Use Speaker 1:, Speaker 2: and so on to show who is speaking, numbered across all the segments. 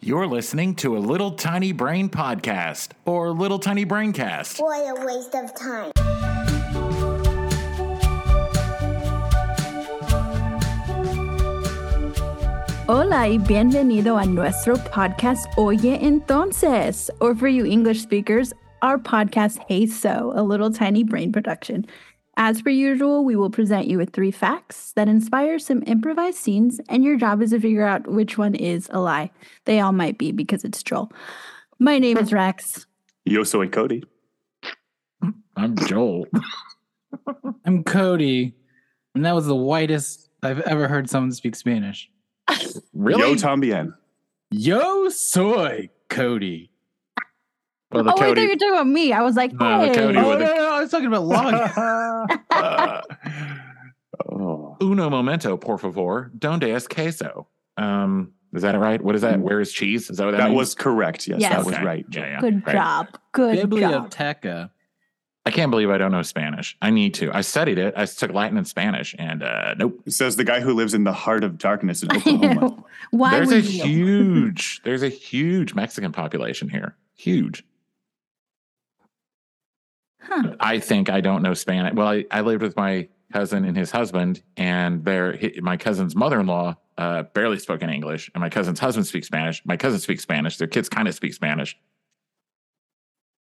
Speaker 1: You're listening to a Little Tiny Brain podcast or Little Tiny Braincast.
Speaker 2: What a waste of time.
Speaker 3: Hola y bienvenido a nuestro podcast Oye Entonces, or for you English speakers, our podcast Hey So, a little tiny brain production. As per usual, we will present you with three facts that inspire some improvised scenes, and your job is to figure out which one is a lie. They all might be because it's Joel. My name is Rex.
Speaker 4: Yoso and Cody.
Speaker 1: I'm Joel.
Speaker 5: I'm Cody, and that was the whitest I've ever heard someone speak Spanish.
Speaker 4: Yo también.
Speaker 5: Yo soy Cody.
Speaker 4: Well,
Speaker 3: oh, I thought you were talking about me. I was like,
Speaker 1: No, the
Speaker 3: hey.
Speaker 1: Cody
Speaker 5: Oh,
Speaker 1: with
Speaker 5: no,
Speaker 1: the-
Speaker 5: no, I was talking about long.
Speaker 4: Uh, oh.
Speaker 1: Uno momento, por favor. Donde es queso? Um, is that right? What is that? Where is cheese? Is that what that,
Speaker 4: That
Speaker 1: means?
Speaker 4: was correct. Yes,
Speaker 3: Yes.
Speaker 4: that was
Speaker 1: Okay.
Speaker 4: right.
Speaker 1: Yeah, yeah.
Speaker 3: Good
Speaker 1: Right.
Speaker 3: job. Good job.
Speaker 5: Biblioteca.
Speaker 1: I can't believe I don't know Spanish. I need to. I studied it. I took Latin and Spanish, and uh, nope.
Speaker 4: Says the guy who lives in the heart of darkness in Oklahoma.
Speaker 3: Why
Speaker 1: there's a
Speaker 3: would you?
Speaker 1: huge, there's a huge Mexican population here. Huge.
Speaker 3: Huh.
Speaker 1: I think I don't know Spanish. Well, I, I lived with my cousin and his husband, and their hi- my cousin's mother in law uh, barely spoke in English, and my cousin's husband speaks Spanish. My cousin speaks Spanish. Their kids kind of speak Spanish.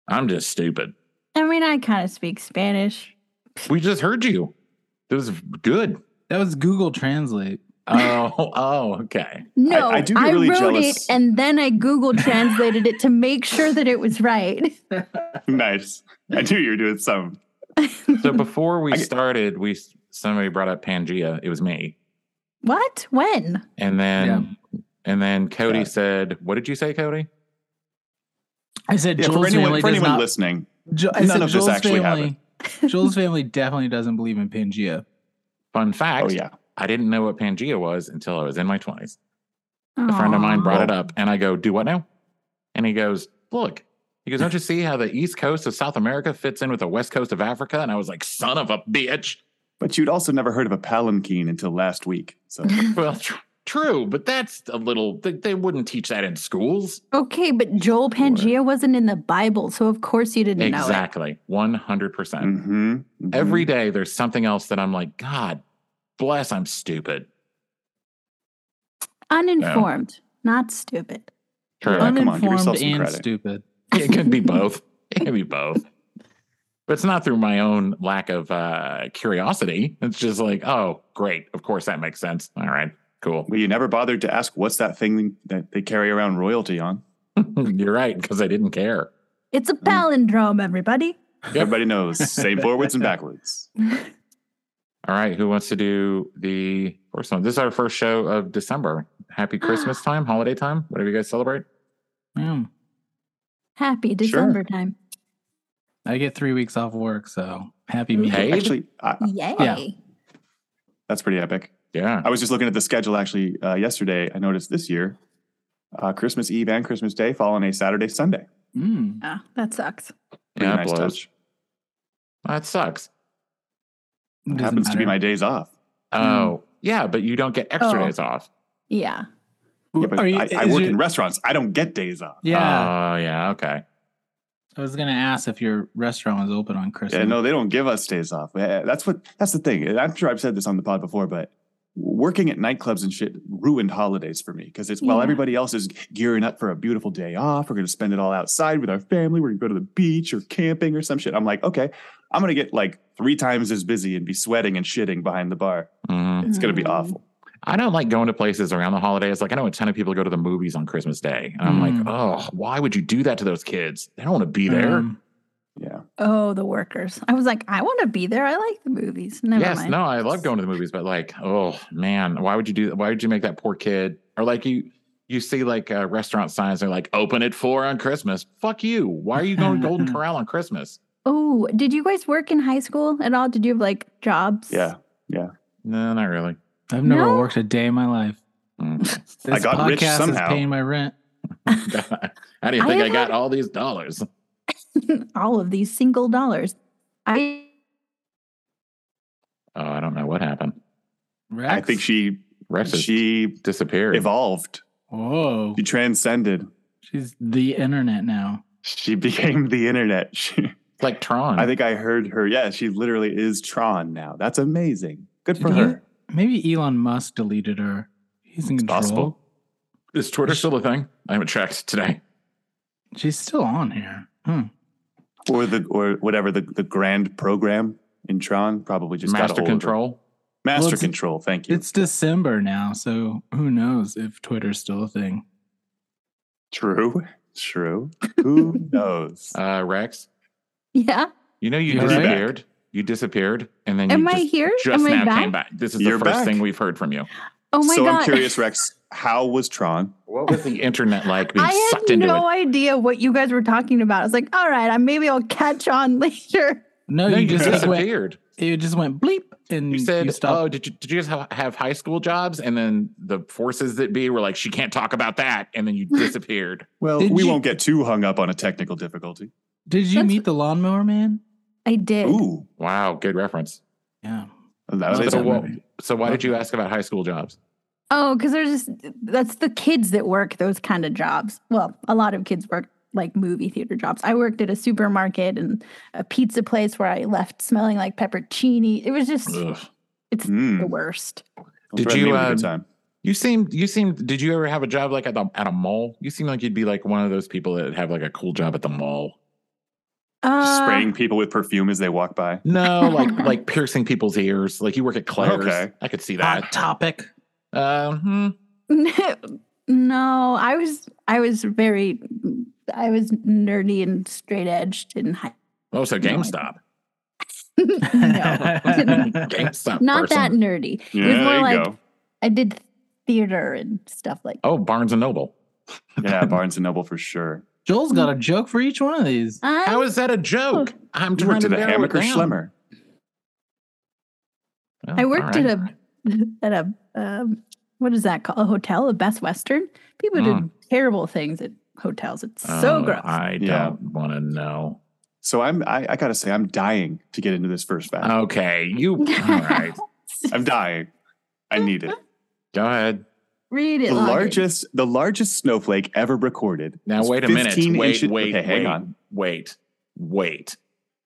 Speaker 1: I'm just stupid.
Speaker 3: I mean, I kind of speak Spanish.
Speaker 1: We just heard you. It was good.
Speaker 5: That was Google Translate.
Speaker 1: Oh, oh, okay.
Speaker 3: No, I,
Speaker 4: I do get really
Speaker 3: wrote
Speaker 4: jealous.
Speaker 3: it and then I Google translated it to make sure that it was right.
Speaker 4: nice. I knew you were doing some.
Speaker 1: So before we
Speaker 4: I get-
Speaker 1: started, we somebody brought up Pangea. It was me,
Speaker 3: What? When?
Speaker 1: and then and then Cody
Speaker 4: Yeah.
Speaker 1: said, "What did you say, Cody?"
Speaker 5: I said
Speaker 4: Yeah,
Speaker 5: Joel's
Speaker 4: for anyone,
Speaker 5: family
Speaker 4: for
Speaker 5: does
Speaker 4: anyone
Speaker 5: not.
Speaker 4: listening,
Speaker 5: Jo- I
Speaker 4: none
Speaker 5: said
Speaker 4: of this actually
Speaker 5: family, Joel's family definitely doesn't believe in Pangea.
Speaker 1: Fun fact:
Speaker 4: oh yeah,
Speaker 1: I didn't know what Pangea was until I was in my twenties. A friend of mine brought it up, and I go, "Do what now?" And he goes, "Look." He goes, "Don't you see how the east coast of South America fits in with the west coast of Africa?" And I was like, "Son of a bitch!"
Speaker 4: but you'd also never heard of a palanquin until last week. So
Speaker 1: well, tr- true, but that's a little. They, they wouldn't teach that in schools.
Speaker 3: Okay, but Joel Pangea wasn't in the Bible, so of course you didn't know it.
Speaker 1: Exactly, one hundred percent.
Speaker 4: mhm, mhm.
Speaker 1: Every day there's something else that I'm like, God bless, I'm stupid.
Speaker 3: Uninformed, not stupid.
Speaker 4: Yeah, come on, give
Speaker 5: Uninformed
Speaker 4: yourself some
Speaker 5: and
Speaker 4: credit.
Speaker 5: stupid.
Speaker 1: It can be both. It can be both. But it's not through my own lack of uh, curiosity. It's just like, oh, great. Of course that makes sense. All right, cool.
Speaker 4: well, you never bothered to ask what's that thing that they carry around royalty on.
Speaker 1: You're right, because I didn't care.
Speaker 3: It's a
Speaker 1: Mm.
Speaker 3: palindrome, everybody.
Speaker 4: Everybody knows. Same forwards and backwards.
Speaker 1: All right, who wants to do the first one? This is our first show of December. Happy Christmas time, holiday time, whatever you guys celebrate.
Speaker 5: Yeah.
Speaker 3: Happy
Speaker 4: Sure.
Speaker 3: December time.
Speaker 5: I get three weeks off work, so happy me.
Speaker 1: Hey. Aid?
Speaker 4: Actually, I,
Speaker 3: Yay.
Speaker 4: that's pretty epic.
Speaker 1: Yeah.
Speaker 4: I was just looking at the schedule actually uh, yesterday. I noticed this year, uh, Christmas Eve and Christmas Day fall on a Saturday, Sunday.
Speaker 5: Mm.
Speaker 3: Ah, that sucks.
Speaker 4: Pretty
Speaker 1: yeah,
Speaker 4: nice
Speaker 1: blows.
Speaker 4: touch.
Speaker 1: That sucks.
Speaker 5: It doesn't
Speaker 4: Happens to be
Speaker 5: matter.
Speaker 4: my days off.
Speaker 1: Oh, yeah, but you don't get extra
Speaker 3: Oh.
Speaker 1: days off.
Speaker 3: Yeah.
Speaker 4: Yeah, but
Speaker 5: Are you-
Speaker 4: I, I
Speaker 5: is
Speaker 4: work
Speaker 5: your-
Speaker 4: in Uh, restaurants. I don't get days off.
Speaker 5: Yeah.
Speaker 1: Oh, yeah. Okay.
Speaker 5: I was gonna ask if your restaurant was open on Christmas.
Speaker 4: Yeah, no, they don't give us days off. Yeah, That's what. That's the thing. And I'm sure I've said this on the pod before, but working at nightclubs and shit ruined holidays for me because it's while
Speaker 3: Yeah.
Speaker 4: everybody else is gearing up for a beautiful day off, we're going to spend it all outside with our family. We're going to go to the beach or camping or some shit. I'm like, okay, I'm going to get like three times as busy and be sweating and shitting behind the bar.
Speaker 1: Mhm.
Speaker 4: It's going to be
Speaker 3: Mm.
Speaker 4: awful.
Speaker 1: I don't like going to places around the holidays. Like I know a ton of people go to the movies on Christmas Day, and I'm like,
Speaker 5: Mm.
Speaker 1: oh, why would you do that to those kids? They don't want to be
Speaker 4: Mm-hmm.
Speaker 1: there.
Speaker 5: Um,
Speaker 4: Yeah.
Speaker 3: Oh, the workers. I was like, I want to be there. I like the movies. Never
Speaker 1: yes,
Speaker 3: mind.
Speaker 1: no, I love going to the movies, but like, oh man, why would you do? Why would you make that poor kid? Or like you, you see like uh, restaurant signs, they're like, open at four on Christmas. Fuck you. Why are you going to Golden Corral on Christmas?
Speaker 3: Oh, did you guys work in high school at all? Did you have like jobs?
Speaker 4: Yeah.
Speaker 1: No, not really.
Speaker 5: I've never
Speaker 3: No?
Speaker 5: worked a day in my life.
Speaker 1: Mm.
Speaker 5: This
Speaker 4: I got rich
Speaker 5: podcast
Speaker 4: somehow.
Speaker 5: Is paying my rent.
Speaker 1: How do you
Speaker 3: I
Speaker 1: think I
Speaker 3: have
Speaker 1: got
Speaker 3: had-
Speaker 1: all these dollars?
Speaker 3: all of these single dollars. I
Speaker 1: Oh, I don't know what happened.
Speaker 5: Rex?
Speaker 4: I think she
Speaker 1: Rex has
Speaker 4: she
Speaker 1: disappeared.
Speaker 4: evolved.
Speaker 5: Whoa.
Speaker 4: She transcended.
Speaker 5: She's the internet now.
Speaker 4: She became the internet. She,
Speaker 1: Like Tron.
Speaker 4: I think I heard her. Yeah, she literally is Tron now. That's amazing. Good for
Speaker 5: Did
Speaker 4: her.
Speaker 5: Maybe Elon Musk deleted her. He's in control.
Speaker 4: possible.
Speaker 1: is Twitter still a thing? I haven't checked today.
Speaker 5: She's still on here. Hmm.
Speaker 4: Or the or whatever the, the grand program in Tron probably just got
Speaker 1: Master
Speaker 4: a hold of her.
Speaker 1: control.
Speaker 5: Well,
Speaker 4: Master
Speaker 5: it's-
Speaker 4: control. Thank you.
Speaker 5: It's December now, so who knows if Twitter's still a thing.
Speaker 4: True. True. Who knows?
Speaker 1: Uh, Rex,
Speaker 3: Yeah.
Speaker 1: you know you
Speaker 5: You all right?
Speaker 1: disappeared. You disappeared, and then
Speaker 3: Am
Speaker 1: you
Speaker 3: I
Speaker 1: just,
Speaker 3: here?
Speaker 1: just
Speaker 3: Am I
Speaker 1: now
Speaker 3: back?
Speaker 1: came back. This is
Speaker 4: You're
Speaker 1: the first
Speaker 4: back.
Speaker 1: thing we've heard from you.
Speaker 3: Oh my
Speaker 4: so
Speaker 3: god.
Speaker 4: I'm curious, Rex, how was Tron?
Speaker 1: What was the internet like being
Speaker 3: I
Speaker 1: sucked
Speaker 3: had
Speaker 1: into
Speaker 3: no idea what you guys were talking about. I was like, all right, I maybe I'll catch on later.
Speaker 5: No,
Speaker 1: it? No,
Speaker 5: you just like, went.
Speaker 1: disappeared.
Speaker 5: It just went bleep, and
Speaker 1: You said, "Oh,
Speaker 5: stopped.
Speaker 1: did you did you guys have, have high school jobs?" And then the forces that be were like, "She can't talk about that," and then you disappeared.
Speaker 4: Well,
Speaker 5: Did
Speaker 4: we
Speaker 5: you-
Speaker 4: won't get too hung up on a technical difficulty.
Speaker 5: Did you
Speaker 3: that's-
Speaker 5: meet the lawnmower man?
Speaker 3: I did.
Speaker 4: Ooh,
Speaker 1: wow, good reference.
Speaker 5: Yeah.
Speaker 4: that was
Speaker 5: Love
Speaker 4: it.
Speaker 5: that
Speaker 1: so, wha-
Speaker 5: movie.
Speaker 1: so why did you ask about high school jobs?
Speaker 3: Oh, because they're just that's the kids that work those kind of jobs. Well, a lot of kids work like movie theater jobs. I worked at a supermarket and a pizza place where I left smelling like peppercini. It was just
Speaker 1: Ugh.
Speaker 3: it's
Speaker 4: Mm.
Speaker 3: the worst.
Speaker 4: Don't
Speaker 1: Did
Speaker 4: threaten
Speaker 1: you,
Speaker 4: me with
Speaker 5: uh,
Speaker 4: a good
Speaker 1: um,
Speaker 4: time.
Speaker 1: You seemed you seemed did you ever have a job like at the at a mall? You seem like you'd be like one of those people that have like a cool job at the mall.
Speaker 4: Just
Speaker 3: Uh,
Speaker 4: spraying people with perfume as they walk by?
Speaker 1: No, like like piercing people's ears. Like you work at Claire's.
Speaker 4: Okay.
Speaker 1: I could see
Speaker 5: Hot
Speaker 1: that.
Speaker 5: topic.
Speaker 1: Um, hmm.
Speaker 3: no, I was I was very I was nerdy and straight edged in high.
Speaker 1: Oh, so
Speaker 3: No, I-
Speaker 1: GameStop.
Speaker 3: no,
Speaker 1: GameStop.
Speaker 3: not that
Speaker 1: person.
Speaker 3: nerdy.
Speaker 4: Yeah,
Speaker 3: more
Speaker 4: there you
Speaker 3: like-
Speaker 4: go.
Speaker 3: I did theater and stuff like.
Speaker 1: Oh, Barnes and Noble.
Speaker 4: Yeah, Barnes and Noble for sure.
Speaker 5: Joel's got a joke for each one of these.
Speaker 3: I
Speaker 1: How is that a joke?
Speaker 3: Oh.
Speaker 1: I'm
Speaker 4: You
Speaker 1: trying
Speaker 4: worked
Speaker 1: to
Speaker 4: at a
Speaker 1: narrow it
Speaker 4: Hammaker
Speaker 1: down.
Speaker 4: Schlemmer.
Speaker 1: Well,
Speaker 3: I
Speaker 1: all
Speaker 3: worked
Speaker 1: right.
Speaker 3: at a at a um, what is that called? A hotel, a Best Western. People did
Speaker 4: Hmm.
Speaker 1: Mm.
Speaker 3: terrible things at hotels. It's so
Speaker 1: Oh,
Speaker 3: gross.
Speaker 1: I don't
Speaker 4: Yeah.
Speaker 1: want to know.
Speaker 4: So I'm I, I gotta say, I'm dying to get into this first fact.
Speaker 1: Oh. Okay, you. All right,
Speaker 4: I'm dying. I need it.
Speaker 1: go ahead.
Speaker 3: Read it.
Speaker 4: The
Speaker 3: Logan.
Speaker 4: largest the largest snowflake ever recorded.
Speaker 1: Now
Speaker 4: is
Speaker 1: wait a minute.
Speaker 4: 15
Speaker 1: Wait,
Speaker 4: inches-
Speaker 1: wait,
Speaker 4: okay, hang
Speaker 1: wait,
Speaker 4: on.
Speaker 1: wait, wait.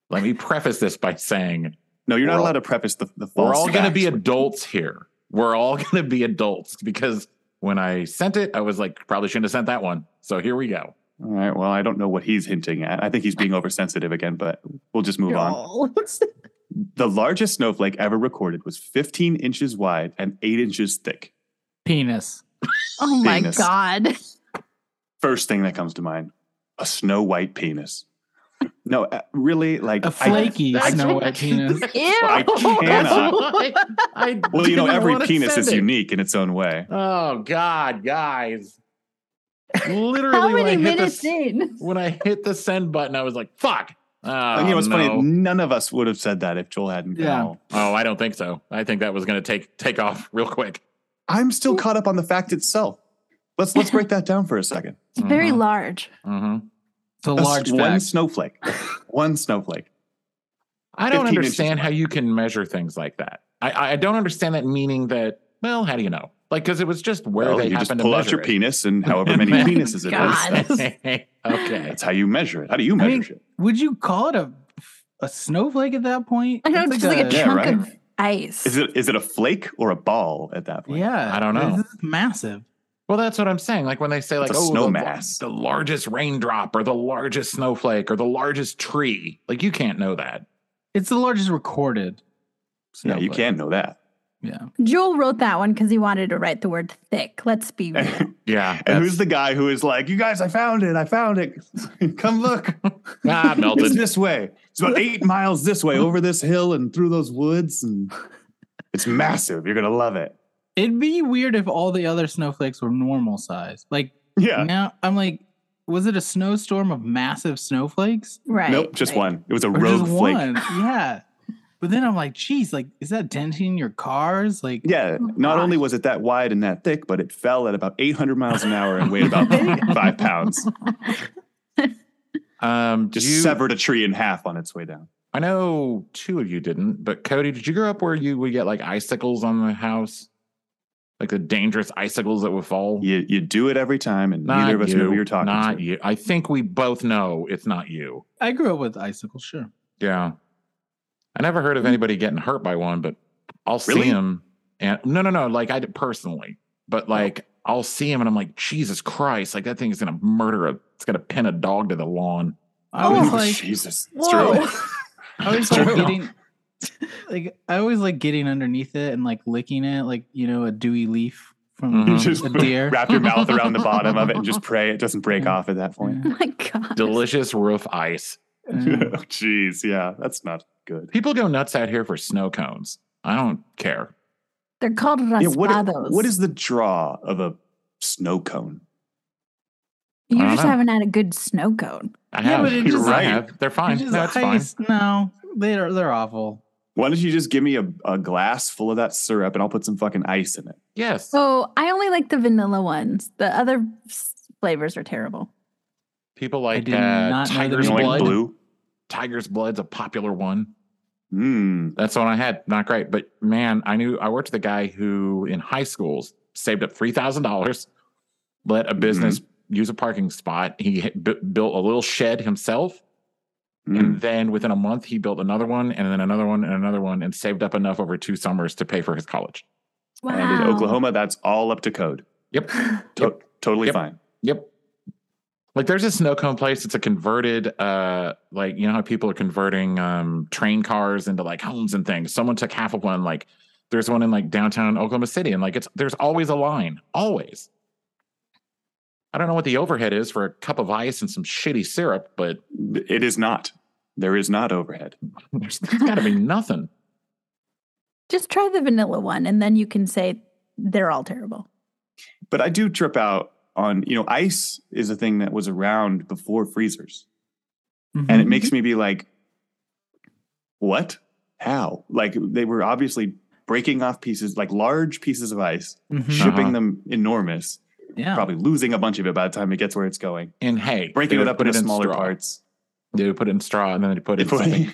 Speaker 1: Let me preface this by saying
Speaker 4: No, you're not
Speaker 1: We're all-
Speaker 4: allowed to preface the, the false.
Speaker 1: we're all going to
Speaker 4: fact
Speaker 1: be
Speaker 4: with-
Speaker 1: adults here. We're all going to be adults because when I sent it, I was like, probably shouldn't have sent that one. So here we go.
Speaker 4: All right. Well, I don't know what he's hinting at. I think he's being oversensitive again, but we'll just move on.
Speaker 3: No.
Speaker 4: The largest snowflake ever recorded was 15 inches wide and eight inches thick.
Speaker 5: Penis.
Speaker 3: oh my
Speaker 4: Penis.
Speaker 3: god.
Speaker 4: First thing that comes to mind a snow white penis. No, uh, really, like
Speaker 5: A
Speaker 4: I-
Speaker 5: flaky
Speaker 1: I-
Speaker 5: snow white penis.
Speaker 3: Ew.
Speaker 4: I cannot.
Speaker 1: I, I
Speaker 4: well, you know,
Speaker 1: didn't
Speaker 4: every
Speaker 1: wanna
Speaker 4: penis
Speaker 1: send
Speaker 4: is
Speaker 1: it.
Speaker 4: unique in its own way.
Speaker 1: Oh God, guys! Literally,
Speaker 3: How
Speaker 1: when I
Speaker 3: many
Speaker 1: hit the
Speaker 3: minutes
Speaker 1: s-
Speaker 3: in?
Speaker 1: when I hit the send button, I was like, "Fuck!" Oh,
Speaker 4: and you know, it's
Speaker 1: no.
Speaker 4: funny. None of us would have said that if Joel hadn't. been
Speaker 5: Yeah.
Speaker 4: all-
Speaker 1: Oh, I don't think so. I think that was going to take take off real quick.
Speaker 4: I'm still caught up on the fact itself. Let's let's break that down for a second.
Speaker 3: It's very
Speaker 1: Mhm.
Speaker 4: Mm-hmm.
Speaker 3: large.
Speaker 1: hmm
Speaker 5: It's a
Speaker 4: s-
Speaker 5: large
Speaker 4: one
Speaker 5: fact.
Speaker 4: snowflake. one snowflake.
Speaker 1: I don't
Speaker 4: 15 inches
Speaker 1: understand how you can measure things like that. I, I don't understand that meaning that, well, how do you know? Like, because it was just where
Speaker 4: Well,
Speaker 1: they
Speaker 4: you just
Speaker 1: happened
Speaker 4: pull
Speaker 1: to
Speaker 4: out
Speaker 1: measure
Speaker 4: your penis and however many
Speaker 1: Man.
Speaker 4: penises it
Speaker 3: God.
Speaker 4: is.
Speaker 1: it. okay.
Speaker 4: That's how you measure it. How do you
Speaker 5: I mean,
Speaker 4: measure it?
Speaker 5: Would you call it a a snowflake at that point?
Speaker 3: I know,
Speaker 5: It's
Speaker 3: just like a
Speaker 4: Yeah,
Speaker 3: chunk
Speaker 4: right.
Speaker 3: of ice.
Speaker 4: Is it is it a flake or a ball at that point?
Speaker 5: yeah.
Speaker 1: I don't know.
Speaker 5: This is massive.
Speaker 1: Well, that's what I'm saying. Like when they say, like,
Speaker 4: It's a
Speaker 1: oh,
Speaker 4: snow
Speaker 1: the,
Speaker 4: mass.
Speaker 1: the largest raindrop or the largest snowflake or the largest tree. Like you can't know that.
Speaker 5: It's the largest recorded.
Speaker 4: Yeah, you
Speaker 5: snowflake.
Speaker 4: can know that.
Speaker 5: Yeah.
Speaker 3: Joel wrote that one because he wanted to write the word thick. Let's be real.
Speaker 1: Yeah.
Speaker 4: And who's the guy who is like, you guys, I found it, I found it. Come look.
Speaker 1: ah,
Speaker 4: It's
Speaker 1: melted.
Speaker 4: this way. It's about eight miles this way, over this hill and through those woods. And it's massive. You're gonna love it.
Speaker 5: It'd be weird if all the other snowflakes were normal size. Like
Speaker 4: Yeah.
Speaker 5: now I'm like, was it a snowstorm of massive snowflakes?
Speaker 3: right.
Speaker 4: nope, just
Speaker 3: right.
Speaker 4: one. It was a
Speaker 5: Or
Speaker 4: rogue
Speaker 5: just
Speaker 4: flake.
Speaker 5: one? Yeah. But then I'm like, geez, like, is that denting your cars? Like
Speaker 4: Yeah.
Speaker 3: Oh,
Speaker 4: Not
Speaker 3: gosh.
Speaker 4: only was it that wide and that thick, but it fell at about 800 miles an hour and weighed about five pounds.
Speaker 1: Um,
Speaker 4: Just
Speaker 1: you-
Speaker 4: severed a tree in half on its way down.
Speaker 1: I know two of you didn't, but Cody, did you grow up where you would get like icicles on the house? like the dangerous icicles that would fall?
Speaker 4: You you do it every time, and neither of us know who you're talking
Speaker 1: not
Speaker 4: to.
Speaker 1: you. I think we both know it's not you.
Speaker 5: I grew up with icicles, sure.
Speaker 1: Yeah. I never heard of anybody getting hurt by one, but I'll
Speaker 4: Hmm. Really?
Speaker 1: see him and no, no, no. Like I did personally,
Speaker 4: Oh.
Speaker 1: but like I'll see him and I'm like, Jesus Christ! Like that thing is gonna murder a. It's gonna pin a dog to the lawn.
Speaker 5: I
Speaker 3: Oh,
Speaker 5: was
Speaker 3: my
Speaker 5: like,
Speaker 4: Jesus, it's true.
Speaker 3: Whoa.
Speaker 5: I was
Speaker 4: True.
Speaker 5: like getting, like I always like getting underneath it and like licking it, like you know a dewy leaf from
Speaker 1: Mhm.
Speaker 4: You just
Speaker 5: a deer.
Speaker 4: wrap your mouth around the bottom of it and just pray it doesn't break
Speaker 5: Yeah.
Speaker 4: off at that point. Oh,
Speaker 5: Yeah,
Speaker 3: my God.
Speaker 1: Delicious roof ice.
Speaker 5: yeah.
Speaker 4: Jeez, yeah, that's not good.
Speaker 1: People go nuts out here for snow cones. I don't care.
Speaker 3: They're called raspados.
Speaker 4: Yeah, what- what is the draw of a snow cone?
Speaker 3: You
Speaker 1: I don't
Speaker 3: just
Speaker 1: know.
Speaker 3: haven't had a good snow cone.
Speaker 1: I
Speaker 5: Yeah,
Speaker 1: have.
Speaker 5: but it
Speaker 4: You're just-
Speaker 1: I
Speaker 4: right.
Speaker 1: have. They're fine.
Speaker 5: It's just
Speaker 1: That's fine.
Speaker 5: ice. No, they're they're awful.
Speaker 4: Why don't you just give me a, a glass full of that syrup and I'll put some fucking ice in it?
Speaker 1: Yes.
Speaker 5: Oh.
Speaker 3: So I only like the vanilla ones. The other s- flavors are terrible.
Speaker 1: People like
Speaker 5: did
Speaker 1: uh,
Speaker 5: not know that
Speaker 4: You
Speaker 1: tiger's
Speaker 4: don't
Speaker 5: we-
Speaker 1: blood.
Speaker 4: like blue?
Speaker 1: Tiger's blood's a popular one.
Speaker 4: Mm.
Speaker 1: That's the one I had. Not great, but man, I knew I worked with a guy who in high schools saved up three thousand dollars, let a business use a parking spot. He h- bu built a little shed himself,
Speaker 4: mm.
Speaker 1: and then within a month, he built another one, and then another one, and another one, and saved up enough over two summers to pay for his college.
Speaker 3: Wow.
Speaker 4: And in Oklahoma, that's all up to code.
Speaker 1: Yep,
Speaker 4: To-
Speaker 1: Yep.
Speaker 4: Totally
Speaker 1: Yep.
Speaker 4: fine.
Speaker 1: yep. Like there's a snow cone place. It's a converted, uh, like you know how people are converting um train cars into like homes and things. Someone took half of one. Like there's one in like downtown Oklahoma City, and like it's there's always a line, always. I don't know what the overhead is for a cup of ice and some shitty syrup, but
Speaker 4: It is not. There is not overhead.
Speaker 1: there's, there's got to be nothing.
Speaker 3: Just try the vanilla one, and then you can say they're all terrible.
Speaker 4: But I do trip out on, you know, ice is a thing that was around before freezers. and it
Speaker 5: Mhm.
Speaker 1: Mm-hmm.
Speaker 4: makes me be like, what? How? Like they were obviously breaking off pieces, like large pieces of ice,
Speaker 5: Mhm.
Speaker 4: shipping
Speaker 1: Uh-huh.
Speaker 4: them enormous,
Speaker 5: yeah.
Speaker 4: probably losing a bunch of it by the time it gets where it's going,
Speaker 1: And hey,
Speaker 4: breaking
Speaker 1: they
Speaker 4: it
Speaker 1: would
Speaker 4: up
Speaker 1: put
Speaker 4: into
Speaker 1: it
Speaker 4: smaller
Speaker 1: straw.
Speaker 4: parts.
Speaker 1: They would put it in straw, and then they put it in
Speaker 4: Before-
Speaker 1: something.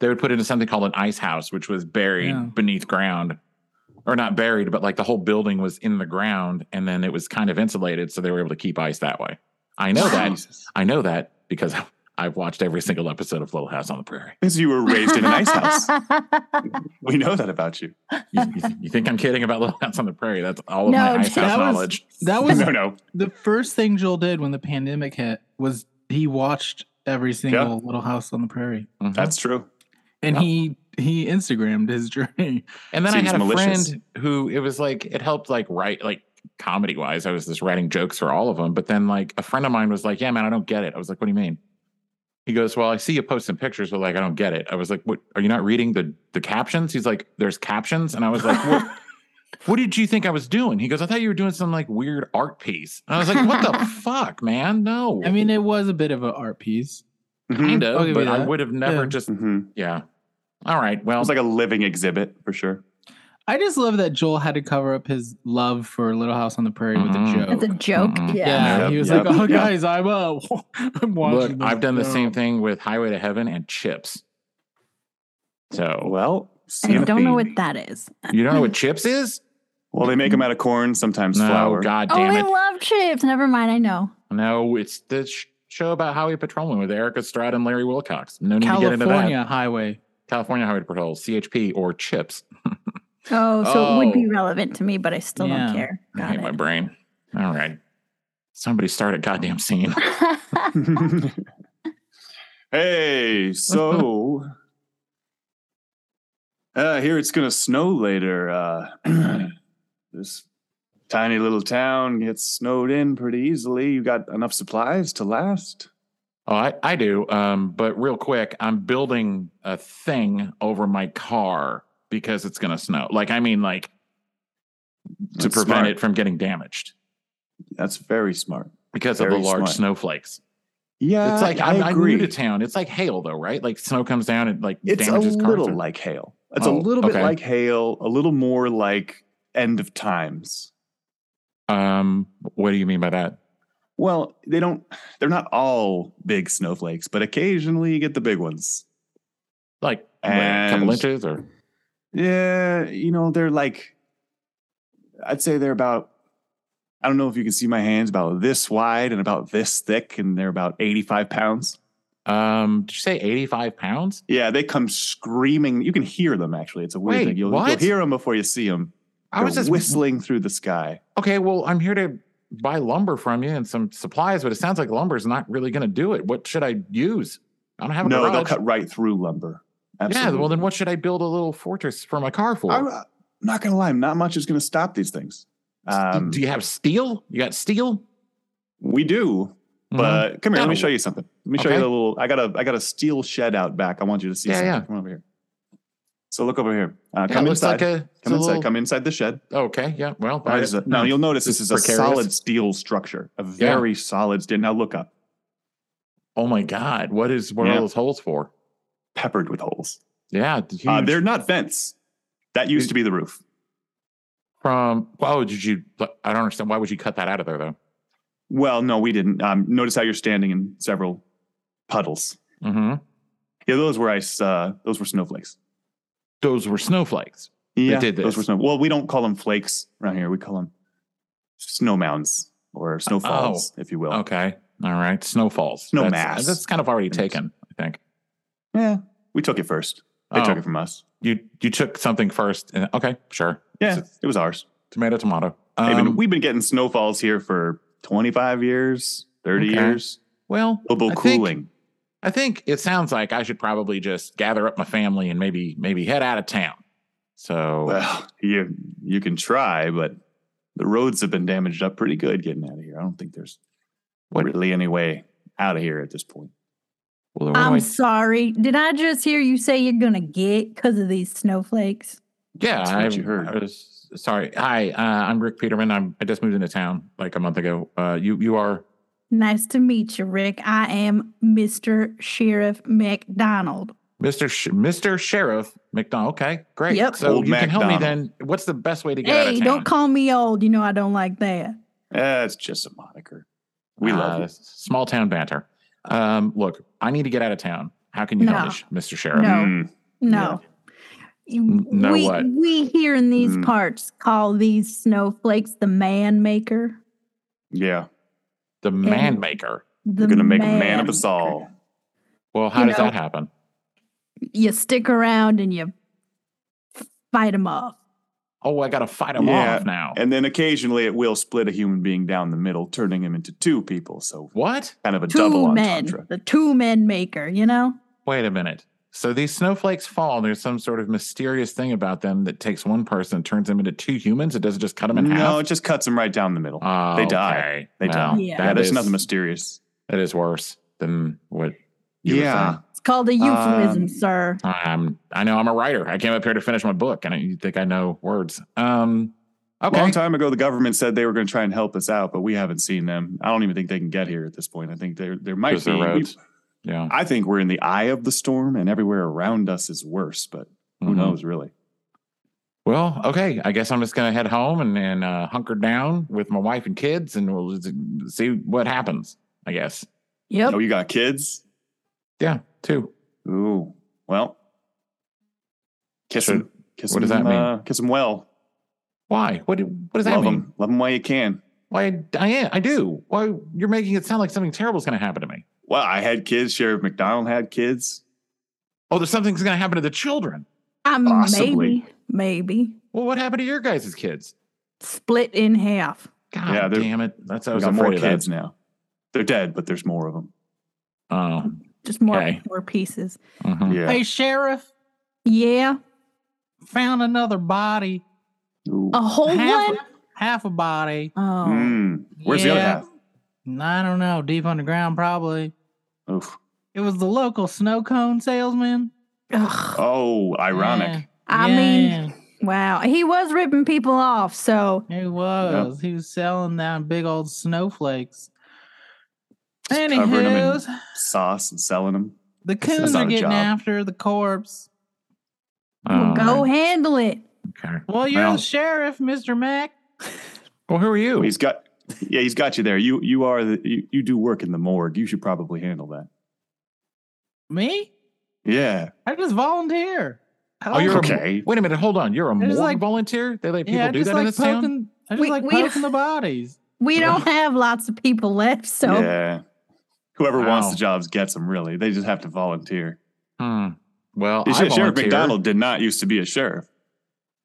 Speaker 1: they would put it in something called an ice house, which was buried
Speaker 5: Yeah.
Speaker 1: beneath ground, or not buried, but like the whole building was in the ground, and then it was kind of insulated, so they were able to keep ice that way. I know that.
Speaker 4: Jesus.
Speaker 1: I know that because I've watched every single episode of Little House on the Prairie.
Speaker 4: Because you were raised in an ice house. We know that about you.
Speaker 1: You, you, you think I'm kidding about Little House on the Prairie? That's all of
Speaker 3: No,
Speaker 1: my ice
Speaker 3: that
Speaker 1: house
Speaker 5: was-
Speaker 1: knowledge.
Speaker 5: That was
Speaker 4: no, no.
Speaker 5: the first thing Joel did when the pandemic hit was he watched every single Little House on the Prairie,
Speaker 1: Mhm.
Speaker 4: That's true.
Speaker 5: and
Speaker 1: Yeah.
Speaker 5: he he Instagrammed his journey.
Speaker 1: And then I
Speaker 4: Seems
Speaker 1: had a
Speaker 4: malicious.
Speaker 1: friend who it was like it helped like write like comedy wise. I was just writing jokes for all of them. But then like a friend of mine was like, "Yeah, man, I don't get it." I was like, "What do you mean?" He goes, "Well, I see you post some pictures, but like I don't get it." I was like, "What? Are you not reading the the captions?" He's like, "There's captions," and I was like, "What?" What did you think I was doing? He goes, I thought you were doing some like weird art piece. And I was like, what the fuck, man? No.
Speaker 5: I mean, it was a bit of an art piece.
Speaker 1: kind of,
Speaker 5: I'll give
Speaker 1: but
Speaker 5: you
Speaker 1: I
Speaker 5: that.
Speaker 1: would have never
Speaker 5: Yeah.
Speaker 1: just,
Speaker 4: Mm-hmm.
Speaker 1: yeah. All right. Well,
Speaker 4: It's like a living exhibit for sure.
Speaker 5: I just love that Joel had to cover up his love for Little House on the Prairie with a
Speaker 1: Mhm.
Speaker 5: joke.
Speaker 3: That's a joke.
Speaker 4: Mm-hmm.
Speaker 1: Mm-mm.
Speaker 3: Yeah.
Speaker 5: yeah,
Speaker 4: Yep,
Speaker 5: he was
Speaker 4: yep,
Speaker 5: like, "Oh,
Speaker 4: yep.
Speaker 5: guys, I'm uh, I'm watching."
Speaker 1: Look,
Speaker 5: this
Speaker 1: I've done the
Speaker 5: show."
Speaker 1: same thing with Highway to Heaven and Chips. So
Speaker 4: Well,
Speaker 3: I don't know
Speaker 4: Snoopy.
Speaker 3: what that is.
Speaker 1: you don't know what Chips is?
Speaker 4: Well, they make them out of corn, sometimes
Speaker 1: No,
Speaker 4: flour.
Speaker 1: god
Speaker 3: oh,
Speaker 1: damn
Speaker 3: I
Speaker 1: it!
Speaker 3: love chips. Never mind. I know.
Speaker 1: no, it's the sh- show about Highway Patrolman with Erica Stroud and Larry Wilcox. No need to get into that.
Speaker 5: California highway.
Speaker 1: California Highway Patrol, CHP or Chips.
Speaker 3: Oh, so it would be
Speaker 1: Oh.
Speaker 3: relevant to me, but I still
Speaker 5: Yeah.
Speaker 3: don't care.
Speaker 1: I hate my brain. All right, somebody start a goddamn scene.
Speaker 3: Got it.
Speaker 4: hey, so uh, here it's gonna snow later. Uh, this tiny little town gets snowed in pretty easily. You got enough supplies to last.
Speaker 1: Oh, I, I do. Um, but real quick, I'm building a thing over my car because it's gonna snow. Like, I mean, like to
Speaker 4: That's
Speaker 1: prevent
Speaker 4: smart.
Speaker 1: it from getting damaged.
Speaker 4: That's very smart.
Speaker 1: because of
Speaker 4: Very
Speaker 1: the large
Speaker 4: smart.
Speaker 1: snowflakes.
Speaker 4: Yeah,
Speaker 1: It's like
Speaker 4: Uh, I,
Speaker 1: I'm, I'm
Speaker 4: agree.
Speaker 1: new to town. It's like hail, though, right? Like snow comes down and like
Speaker 4: it's a
Speaker 1: damages cars.
Speaker 4: little
Speaker 1: or-
Speaker 4: like hail. It's
Speaker 1: Oh,
Speaker 4: a little bit
Speaker 1: okay.
Speaker 4: like hail. A little more like end of times.
Speaker 1: um, what do you mean by that?
Speaker 4: Well, they don't. They're not all big snowflakes, but occasionally you get the big ones.
Speaker 1: Like what, a couple
Speaker 4: And-
Speaker 1: inches or
Speaker 4: Yeah, you know, they're like I'd say they're about, I don't know if you can see my hands, about this wide and about this thick, and they're about 85 pounds.
Speaker 1: Um, did you say 85 pounds?
Speaker 4: Yeah, they come screaming. You can hear them actually. It's a weird
Speaker 1: Wait,
Speaker 4: thing. You'll,
Speaker 1: what?
Speaker 4: you'll hear them before you see them.
Speaker 1: I was just
Speaker 4: whistling through the sky.
Speaker 1: okay. Well, I'm here to buy lumber from you and some supplies, but it sounds like lumber's not really going to do it. What should I use? I don't have a
Speaker 4: No, they'll
Speaker 1: garage.
Speaker 4: cut right through lumber.
Speaker 1: Yeah, well, then what should I build a little fortress for my car for?
Speaker 4: I'm, I'm not gonna lie. Not much is gonna stop these things. Um,
Speaker 1: do you have steel? You got steel?
Speaker 4: we do, but come here.
Speaker 1: Mm-hmm. No.
Speaker 4: Let me show you something. Let me show
Speaker 1: Okay.
Speaker 4: you the little. I got a. I got a steel shed out back. I want you to see.
Speaker 1: Yeah,
Speaker 4: something.
Speaker 1: yeah.
Speaker 4: Come over here. So look over here. Uh,
Speaker 1: Mhm. Yeah,
Speaker 4: come
Speaker 1: it looks
Speaker 4: inside.
Speaker 1: like a it's
Speaker 4: come
Speaker 1: a
Speaker 4: inside.
Speaker 1: little-
Speaker 4: Come inside the shed.
Speaker 1: Okay, yeah. Well, I-
Speaker 4: There's a- now you'll notice this
Speaker 1: This
Speaker 4: is
Speaker 1: is
Speaker 4: a solid
Speaker 1: precarious.
Speaker 4: steel structure. A very solid steel. Now look up.
Speaker 1: oh my god, what is what are
Speaker 4: Yeah.
Speaker 1: those holes for?
Speaker 4: Peppered with holes.
Speaker 1: Yeah,
Speaker 4: Uh,
Speaker 1: huge.
Speaker 4: they're not vents. That used to be the roof.
Speaker 1: from. Oh, did you? I don't understand. Why would you cut that out of there though?
Speaker 4: Well, no, we didn't. Um, notice how you're standing in several puddles.
Speaker 1: hmm
Speaker 4: Yeah, those were ice. Uh, those were snowflakes.
Speaker 1: Those were snowflakes.
Speaker 4: Yeah,
Speaker 1: did
Speaker 4: those
Speaker 1: this.
Speaker 4: were snow. Well, we don't call them flakes around here. We call them snow mounds or snowfalls, if you will.
Speaker 1: Oh. Okay, all right. Snowfalls.
Speaker 4: No
Speaker 1: that's,
Speaker 4: mass.
Speaker 1: That's kind of already
Speaker 4: Yes.
Speaker 1: taken. I think.
Speaker 4: Yeah, we took it first. They
Speaker 1: Oh,
Speaker 4: took it from us.
Speaker 1: you you took something first. And, okay, sure.
Speaker 4: Yeah,
Speaker 1: So-
Speaker 4: it was ours.
Speaker 1: Tomato, tomato.
Speaker 4: They've been-
Speaker 1: Um,
Speaker 4: we've been getting snowfalls here for 25 years, 30
Speaker 1: Okay.
Speaker 4: years.
Speaker 1: well,
Speaker 4: Global
Speaker 1: I think-
Speaker 4: cooling.
Speaker 1: I think it sounds like I should probably just gather up my family and maybe maybe head out of town. So
Speaker 4: Well, you you can try, but the roads have been damaged up pretty good getting out of here. I don't think there's
Speaker 1: What-
Speaker 4: really any way out of here at this point.
Speaker 1: well, what do
Speaker 3: I'm
Speaker 1: I-
Speaker 3: sorry. Did I just hear you say you're gonna get because of these snowflakes?
Speaker 1: yeah,
Speaker 4: That's
Speaker 1: I,
Speaker 4: what you heard.
Speaker 1: I was, sorry. Hi, uh, I'm Rick Peterman. I'm I just moved into town like a month ago. Uh, you you are
Speaker 3: Nice to meet you, Rick. I am Mr. Sheriff McDonald.
Speaker 1: Mr. Sh- Mr. Sheriff McDonald. Okay, great.
Speaker 3: Yep.
Speaker 1: So
Speaker 4: Old
Speaker 1: you can help me
Speaker 4: MacDonald.
Speaker 1: then. What's the best way to get out
Speaker 3: Hey,
Speaker 1: of town?
Speaker 3: don't call me old. You know I don't like that.
Speaker 4: That's Eh, just a moniker. We
Speaker 1: Uh,
Speaker 4: love you.
Speaker 1: Small town banter. Um, look, I need to get out of town. How can you help
Speaker 3: No.
Speaker 1: me, Sh- Mr. Sheriff?
Speaker 3: No.
Speaker 4: Mm,
Speaker 3: No. You-
Speaker 1: No
Speaker 3: we
Speaker 1: what?
Speaker 3: we here in these
Speaker 4: Mm.
Speaker 3: parts call these snowflakes the man maker.
Speaker 4: yeah,
Speaker 1: The man maker.
Speaker 3: The
Speaker 4: you're gonna make a man of us all.
Speaker 1: Well, how
Speaker 3: You
Speaker 1: does
Speaker 3: know-
Speaker 1: that happen?
Speaker 3: You stick around and you fight them off.
Speaker 1: Oh, I got to fight him
Speaker 4: Yeah.
Speaker 1: off now.
Speaker 4: And then occasionally it will split a human being down the middle, turning him into two people. So
Speaker 1: What?
Speaker 4: kind of a double
Speaker 3: Two men,
Speaker 4: entendre.
Speaker 3: the two men maker. You know.
Speaker 1: Wait a minute. So these snowflakes fall, and there's some sort of mysterious thing about them that takes one person, turns them into two humans. It doesn't just cut them in
Speaker 4: No,
Speaker 1: half.
Speaker 4: it just cuts him right down the middle.
Speaker 1: Oh,
Speaker 4: They die.
Speaker 1: okay.
Speaker 4: They
Speaker 1: Well,
Speaker 4: die.
Speaker 3: Yeah.
Speaker 1: that
Speaker 4: yeah, there's
Speaker 1: is-
Speaker 4: nothing mysterious.
Speaker 1: That is worse than what. You were
Speaker 4: Yeah,
Speaker 1: saying.
Speaker 3: It's called a euphemism,
Speaker 4: Um,
Speaker 3: sir.
Speaker 1: I'm. I know I'm a writer. I came up here to finish my book, and I, you think I know words? Um.
Speaker 4: A
Speaker 1: Okay.
Speaker 4: Long time ago, the government said they were going to try and help us out, but we haven't seen them. I don't even think they can get here at this point. I think there there might
Speaker 1: Because
Speaker 4: be.
Speaker 1: they're
Speaker 4: we-
Speaker 1: roads. Yeah.
Speaker 4: I think we're in the eye of the storm, and everywhere around us is worse. But who
Speaker 1: Mhm.
Speaker 4: knows, really?
Speaker 1: Well, okay. I guess I'm just gonna head home and and uh, hunker down with my wife and kids, and we'll just see what happens. I guess.
Speaker 3: Yep.
Speaker 4: Oh, you got kids?
Speaker 1: Yeah. Two.
Speaker 4: Ooh. Well, kiss
Speaker 1: Should-
Speaker 4: them. Kiss
Speaker 1: what does
Speaker 4: them,
Speaker 1: that mean?
Speaker 4: Uh, kiss them well.
Speaker 1: Why? What? do- What does that
Speaker 4: Love
Speaker 1: mean?
Speaker 4: them. Love them while you can.
Speaker 1: Why? I am. I do. Why? You're making it sound like something terrible is going to happen to me.
Speaker 4: Well, I had kids. Sheriff McDonald had kids.
Speaker 1: Oh, there's something's going to happen to the children.
Speaker 3: I mean,
Speaker 4: possibly.
Speaker 3: maybe, maybe
Speaker 1: Well, what happened to your guys' kids?
Speaker 3: split in half.
Speaker 1: God
Speaker 4: Yeah, they're-
Speaker 1: damn it. That's I
Speaker 4: We
Speaker 1: was
Speaker 4: got
Speaker 1: afraid
Speaker 4: more
Speaker 1: of that.
Speaker 4: kids now. They're dead, but there's more of them.
Speaker 1: Oh.
Speaker 3: Just more,
Speaker 1: Okay.
Speaker 3: more pieces.
Speaker 1: mhm.
Speaker 4: Yeah.
Speaker 5: Hey, sheriff,
Speaker 3: Yeah,
Speaker 5: found another body.
Speaker 4: Ooh.
Speaker 1: Oh.
Speaker 3: a whole
Speaker 5: half,
Speaker 3: one.
Speaker 5: half a body.
Speaker 3: Oh,
Speaker 4: Mm. Where's the other
Speaker 5: Yeah.
Speaker 4: half?
Speaker 5: I don't know. Deep underground, probably.
Speaker 4: Oof.
Speaker 5: It was the local snow cone salesman.
Speaker 3: Ugh.
Speaker 4: Oh, ironic.
Speaker 3: I mean, wow. He was ripping people off, so
Speaker 5: He was. He was selling them big old snowflakes.
Speaker 4: covering 'em in-
Speaker 5: Anywho's,
Speaker 4: Sauce and selling them.
Speaker 5: the
Speaker 4: That's
Speaker 5: coons
Speaker 4: not
Speaker 5: are
Speaker 4: a
Speaker 5: getting
Speaker 4: job.
Speaker 5: after the corpse.
Speaker 1: Oh,
Speaker 3: go handle it.
Speaker 1: okay.
Speaker 5: Well, you're
Speaker 1: Well-
Speaker 5: the sheriff, Mister Mac.
Speaker 1: Well, who are you?
Speaker 4: Oh, he's got. Yeah, he's got you there. You you are the you, you do work in the morgue. You should probably handle that.
Speaker 5: Me?
Speaker 4: Yeah.
Speaker 5: I just volunteer. I
Speaker 1: Oh, you're
Speaker 5: don't-
Speaker 1: a-
Speaker 4: okay.
Speaker 1: Wait a minute. Hold on. You're a
Speaker 5: It's
Speaker 1: morgue
Speaker 5: like-
Speaker 1: volunteer? They let people
Speaker 5: yeah, I
Speaker 1: do
Speaker 5: just
Speaker 1: that in
Speaker 5: like
Speaker 1: this
Speaker 5: poking,
Speaker 1: town?
Speaker 5: I just
Speaker 3: We-
Speaker 5: like
Speaker 3: we-
Speaker 5: poking the bodies.
Speaker 3: We don't have lots of people left, so
Speaker 4: yeah. Whoever wants
Speaker 1: Wow.
Speaker 4: the jobs gets them. Really, they just have to volunteer.
Speaker 1: Hmm. Well,
Speaker 4: Sheriff
Speaker 1: I volunteer.
Speaker 4: McDonald did not used to be a sheriff.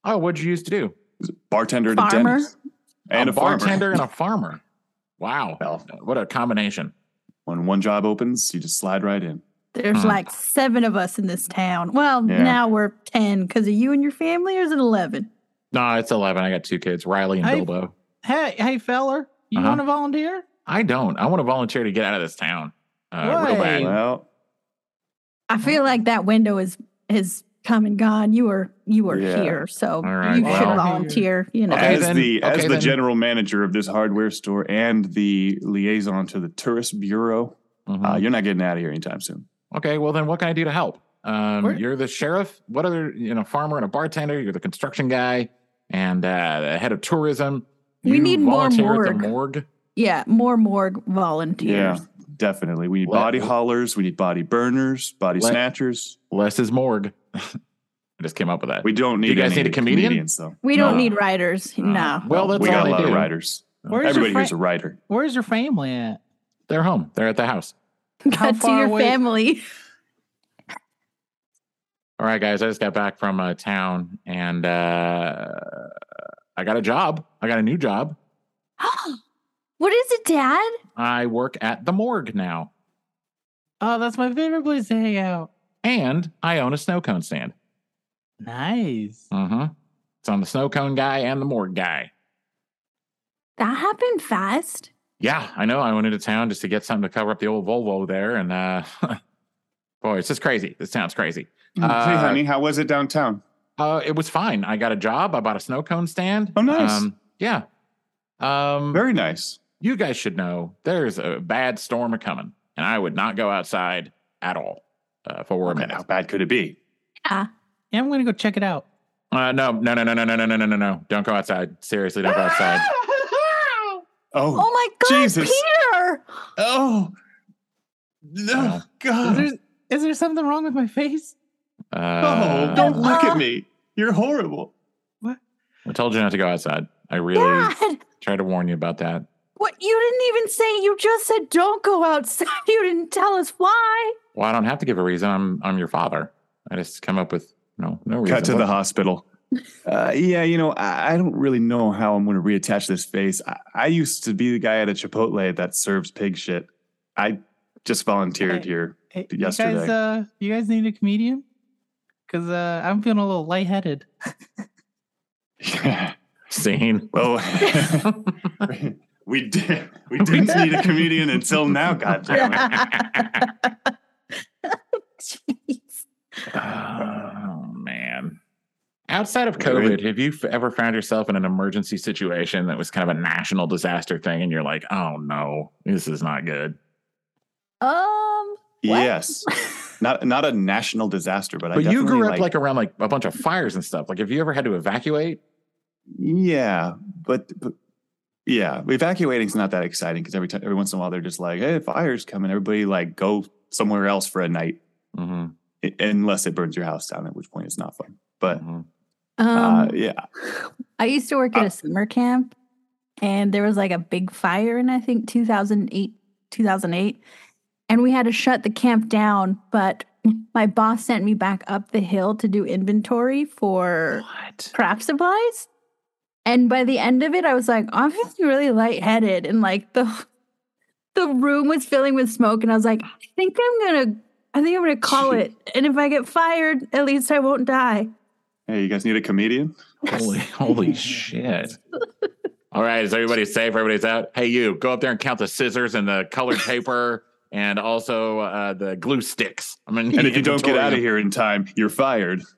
Speaker 1: Oh, what'd you used to do?
Speaker 4: Bartender at a
Speaker 3: Farmer.
Speaker 4: dentist. and a, farmer.
Speaker 1: bartender and a farmer. Wow,
Speaker 4: Well,
Speaker 1: what a combination!
Speaker 4: when one job opens, you just slide right in.
Speaker 3: there's
Speaker 1: Hmm.
Speaker 3: like seven of us in this town. Well,
Speaker 4: Mm. Yeah.
Speaker 3: now we're 10 because of you and your family, or is it 11?
Speaker 1: No, it's eleven. I got two kids, Riley and
Speaker 5: Hey.
Speaker 1: Bilbo.
Speaker 5: Hey, hey, feller, you
Speaker 1: Uh-huh.
Speaker 5: want to volunteer?
Speaker 1: I don't. I want to volunteer to get out of this town. Uh, real
Speaker 5: Why?
Speaker 1: bad.
Speaker 4: Well,
Speaker 3: I feel like that window is has come and gone. You were you were
Speaker 4: Yeah.
Speaker 3: here, so
Speaker 1: All right,
Speaker 3: you should
Speaker 1: well.
Speaker 3: volunteer. You know,
Speaker 1: Okay,
Speaker 4: as
Speaker 1: then.
Speaker 4: the as
Speaker 1: Okay,
Speaker 4: the
Speaker 1: then.
Speaker 4: general manager of this hardware store and the liaison to the tourist bureau,
Speaker 1: Mhm.
Speaker 4: uh, you're not getting out of here anytime soon.
Speaker 1: Okay, well then, what can I do to help? Um,
Speaker 5: Where-
Speaker 1: You're the sheriff. What other, you know, farmer and a bartender. You're the construction guy and uh, the head of tourism.
Speaker 3: We
Speaker 1: You
Speaker 3: need more
Speaker 1: volunteer at the
Speaker 3: morgue.
Speaker 1: morgue.
Speaker 3: yeah, more morgue volunteers.
Speaker 4: Definitely, we need
Speaker 1: Let-
Speaker 4: body haulers, we need body burners, body
Speaker 1: Let-
Speaker 4: snatchers.
Speaker 1: Less is morgue. I just came up with that.
Speaker 4: We don't need.
Speaker 1: you guys
Speaker 4: any
Speaker 1: need a comedian?
Speaker 4: comedians though.
Speaker 3: We don't
Speaker 1: No.
Speaker 3: need writers.
Speaker 1: No.
Speaker 3: No,
Speaker 1: well, that's
Speaker 4: we got
Speaker 1: all
Speaker 4: a
Speaker 1: they
Speaker 4: lot
Speaker 1: do.
Speaker 4: of writers.
Speaker 5: Where's
Speaker 4: Everybody
Speaker 5: your
Speaker 4: here's a
Speaker 5: fri-
Speaker 4: writer.
Speaker 5: Where's your family at?
Speaker 1: They're home. They're at the house.
Speaker 5: How
Speaker 3: cut to
Speaker 5: far
Speaker 3: your
Speaker 5: away-
Speaker 3: family.
Speaker 1: All right, guys. I just got back from uh, town and uh, I got a job. I got a new job.
Speaker 3: what is it, Dad?
Speaker 1: I work at the morgue now,
Speaker 5: Oh, that's my favorite place to hang out.
Speaker 1: and I own a snow cone stand.
Speaker 5: Nice.
Speaker 1: hmm It's on the snow cone guy and the morgue guy.
Speaker 3: That happened fast.
Speaker 1: Yeah, I know. I went into town just to get something to cover up the old Volvo there, and uh, boy, it's just crazy. This town's crazy. Uh,
Speaker 4: hey, honey, how was it downtown?
Speaker 1: Uh, it was fine. I got a job. I bought a snow cone stand.
Speaker 4: Oh, nice.
Speaker 1: Um, yeah. Um,
Speaker 4: Very nice.
Speaker 1: you guys should know there's a bad storm a coming, and I would not go outside at all uh, for a
Speaker 4: Okay,
Speaker 1: minute.
Speaker 4: how bad could it be?
Speaker 5: Yeah, I'm gonna go check it out.
Speaker 1: Uh, no, no, no, no, no, no, no, no, no, no! Don't go outside. Seriously, don't go outside.
Speaker 4: Oh,
Speaker 3: Oh my God,
Speaker 4: Jesus.
Speaker 3: Peter!
Speaker 1: Wow.
Speaker 4: oh,
Speaker 1: Oh.
Speaker 4: no,
Speaker 5: Is
Speaker 4: God.
Speaker 5: there, is there something wrong with my face?
Speaker 1: Uh,
Speaker 4: Oh, don't look
Speaker 3: Uh,
Speaker 4: at me. You're horrible.
Speaker 1: I told you not to go outside. I really
Speaker 3: Dad,
Speaker 1: tried to warn you about that.
Speaker 3: what? You didn't even say. You just said don't go outside. You didn't tell us why.
Speaker 1: Well, I don't have to give a reason. I'm I'm your father. I just come up with no no reason.
Speaker 4: Cut to the hospital. Uh, yeah, you know, I, I don't really know how I'm going to reattach this face. I, I used to be the guy at a Chipotle that serves pig shit. I just volunteered
Speaker 5: Hey.
Speaker 4: here.
Speaker 5: Hey, You guys,
Speaker 4: Yesterday.
Speaker 5: uh, you guys need a comedian? Cause uh, I'm feeling a little lightheaded.
Speaker 1: scene.
Speaker 4: well, we did. Oh. We didn't need a comedian until now. God damn it.
Speaker 3: Jeez.
Speaker 1: Oh man. Outside of
Speaker 4: Very-
Speaker 1: COVID, have you f- ever found yourself in an emergency situation that was kind of a national disaster thing, and you're like, "Oh no, this is not good."
Speaker 3: Um. What?
Speaker 4: Yes, not not a national disaster, but, I
Speaker 1: but you
Speaker 4: definitely,
Speaker 1: grew up like, around like a bunch of fires and stuff. Like, have you ever had to evacuate?
Speaker 4: Yeah, but, but yeah, evacuating's not that exciting because every time, every once in a while, they're just like, "Hey, fire's coming!" Everybody like go somewhere else for a night,
Speaker 1: Mm-hmm.
Speaker 4: i- unless it burns your house down, at which point it's not fun. But
Speaker 1: Mm-hmm.
Speaker 3: Um,
Speaker 4: uh, yeah,
Speaker 3: I used to work at
Speaker 4: uh,
Speaker 3: a summer camp, and there was like a big fire in I think 2008, 2008, and we had to shut the camp down. But my boss sent me back up the hill to do inventory for
Speaker 1: What?
Speaker 3: craft supplies. And by the end of it, I was like, I'm feeling really lightheaded, and like the the room was filling with smoke, and I was like, I think I'm gonna, I think I'm gonna call
Speaker 4: Gee.
Speaker 3: it, and if I get fired, at least I won't die.
Speaker 4: hey, you guys need a comedian?
Speaker 1: Holy, holy shit. All right, is everybody safe? Everybody's out. Hey, you go up there and count the scissors and the colored paper and also uh, the glue sticks. I mean,
Speaker 4: And if you don't get out of here in time, you're fired.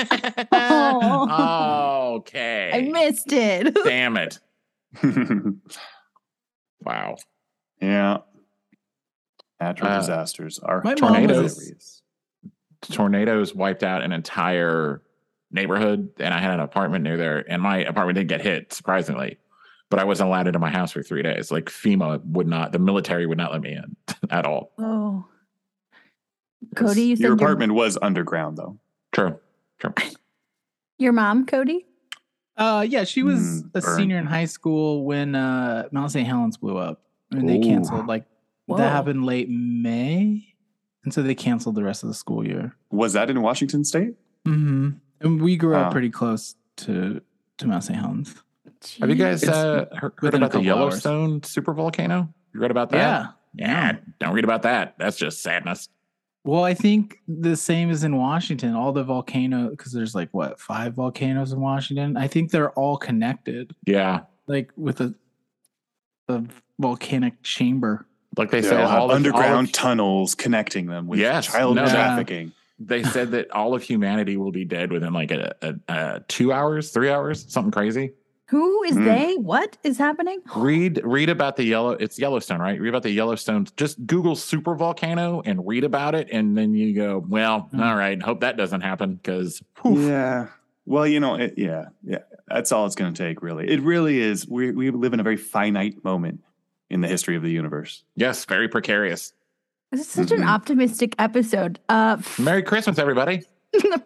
Speaker 3: Oh.
Speaker 1: okay.
Speaker 3: I missed it.
Speaker 1: Damn it. Wow.
Speaker 4: yeah, natural
Speaker 1: Uh,
Speaker 4: disasters are
Speaker 5: my mom
Speaker 1: Tornadoes.
Speaker 4: hilarious.
Speaker 1: Tornadoes wiped out an entire neighborhood, and I had an apartment near there, and my apartment didn't get hit, surprisingly. But I wasn't allowed into my house for three days. Like FEMA would not, the military would not let me in at all.
Speaker 3: Oh. Cody, you said
Speaker 4: your
Speaker 3: your,
Speaker 4: apartment was underground, though.
Speaker 1: True. True.
Speaker 3: your mom, Cody?
Speaker 5: Uh, yeah, she was
Speaker 4: Hmm,
Speaker 5: a
Speaker 4: burn.
Speaker 5: senior in high school when uh, Mount St. Helens blew up, and they
Speaker 1: Ooh.
Speaker 5: canceled. Like
Speaker 3: Whoa.
Speaker 5: that happened late May, and so they canceled the rest of the school year.
Speaker 4: Was that in Washington State?
Speaker 5: Mm-hmm. And we grew
Speaker 4: Wow.
Speaker 5: up pretty close to to Mount St. Helens.
Speaker 1: Have
Speaker 3: Mm.
Speaker 1: you guys
Speaker 5: It's
Speaker 1: uh, he- heard
Speaker 5: within a
Speaker 1: about the
Speaker 5: couple hours.
Speaker 1: Yellowstone supervolcano? You read about that?
Speaker 5: Yeah.
Speaker 1: Yeah. Don't read about that. That's just sadness.
Speaker 5: Well, I think the same as in Washington. All the volcano because there's like what five volcanoes in Washington. I think they're all connected,
Speaker 1: Yeah.
Speaker 5: like with a a volcanic chamber.
Speaker 1: Like they
Speaker 4: They
Speaker 1: said,
Speaker 4: all have
Speaker 1: all of- all
Speaker 4: underground
Speaker 1: of-
Speaker 4: tunnels connecting them with
Speaker 1: Yes,
Speaker 4: child
Speaker 1: no.
Speaker 4: trafficking.
Speaker 1: they said that all of humanity will be dead within like a, a, a two hours, three hours, something crazy.
Speaker 3: Who is
Speaker 1: Mm-hmm.
Speaker 4: Mm.
Speaker 3: they? What is happening?
Speaker 1: Read read about the yellow. It's Yellowstone, right? Read about the Yellowstone. Just Google super volcano and read about it, and then you go, well,
Speaker 5: Mhm.
Speaker 1: all right. Hope that doesn't happen because
Speaker 4: Yeah. Well, you know, it, yeah, yeah. That's all it's going to take, really. It really is. We we live in a very finite moment in the history of the universe.
Speaker 1: yes, very precarious.
Speaker 3: This is such
Speaker 1: Mm-hmm.
Speaker 4: Mhm.
Speaker 3: an optimistic episode. Uh,
Speaker 1: Merry Christmas, everybody.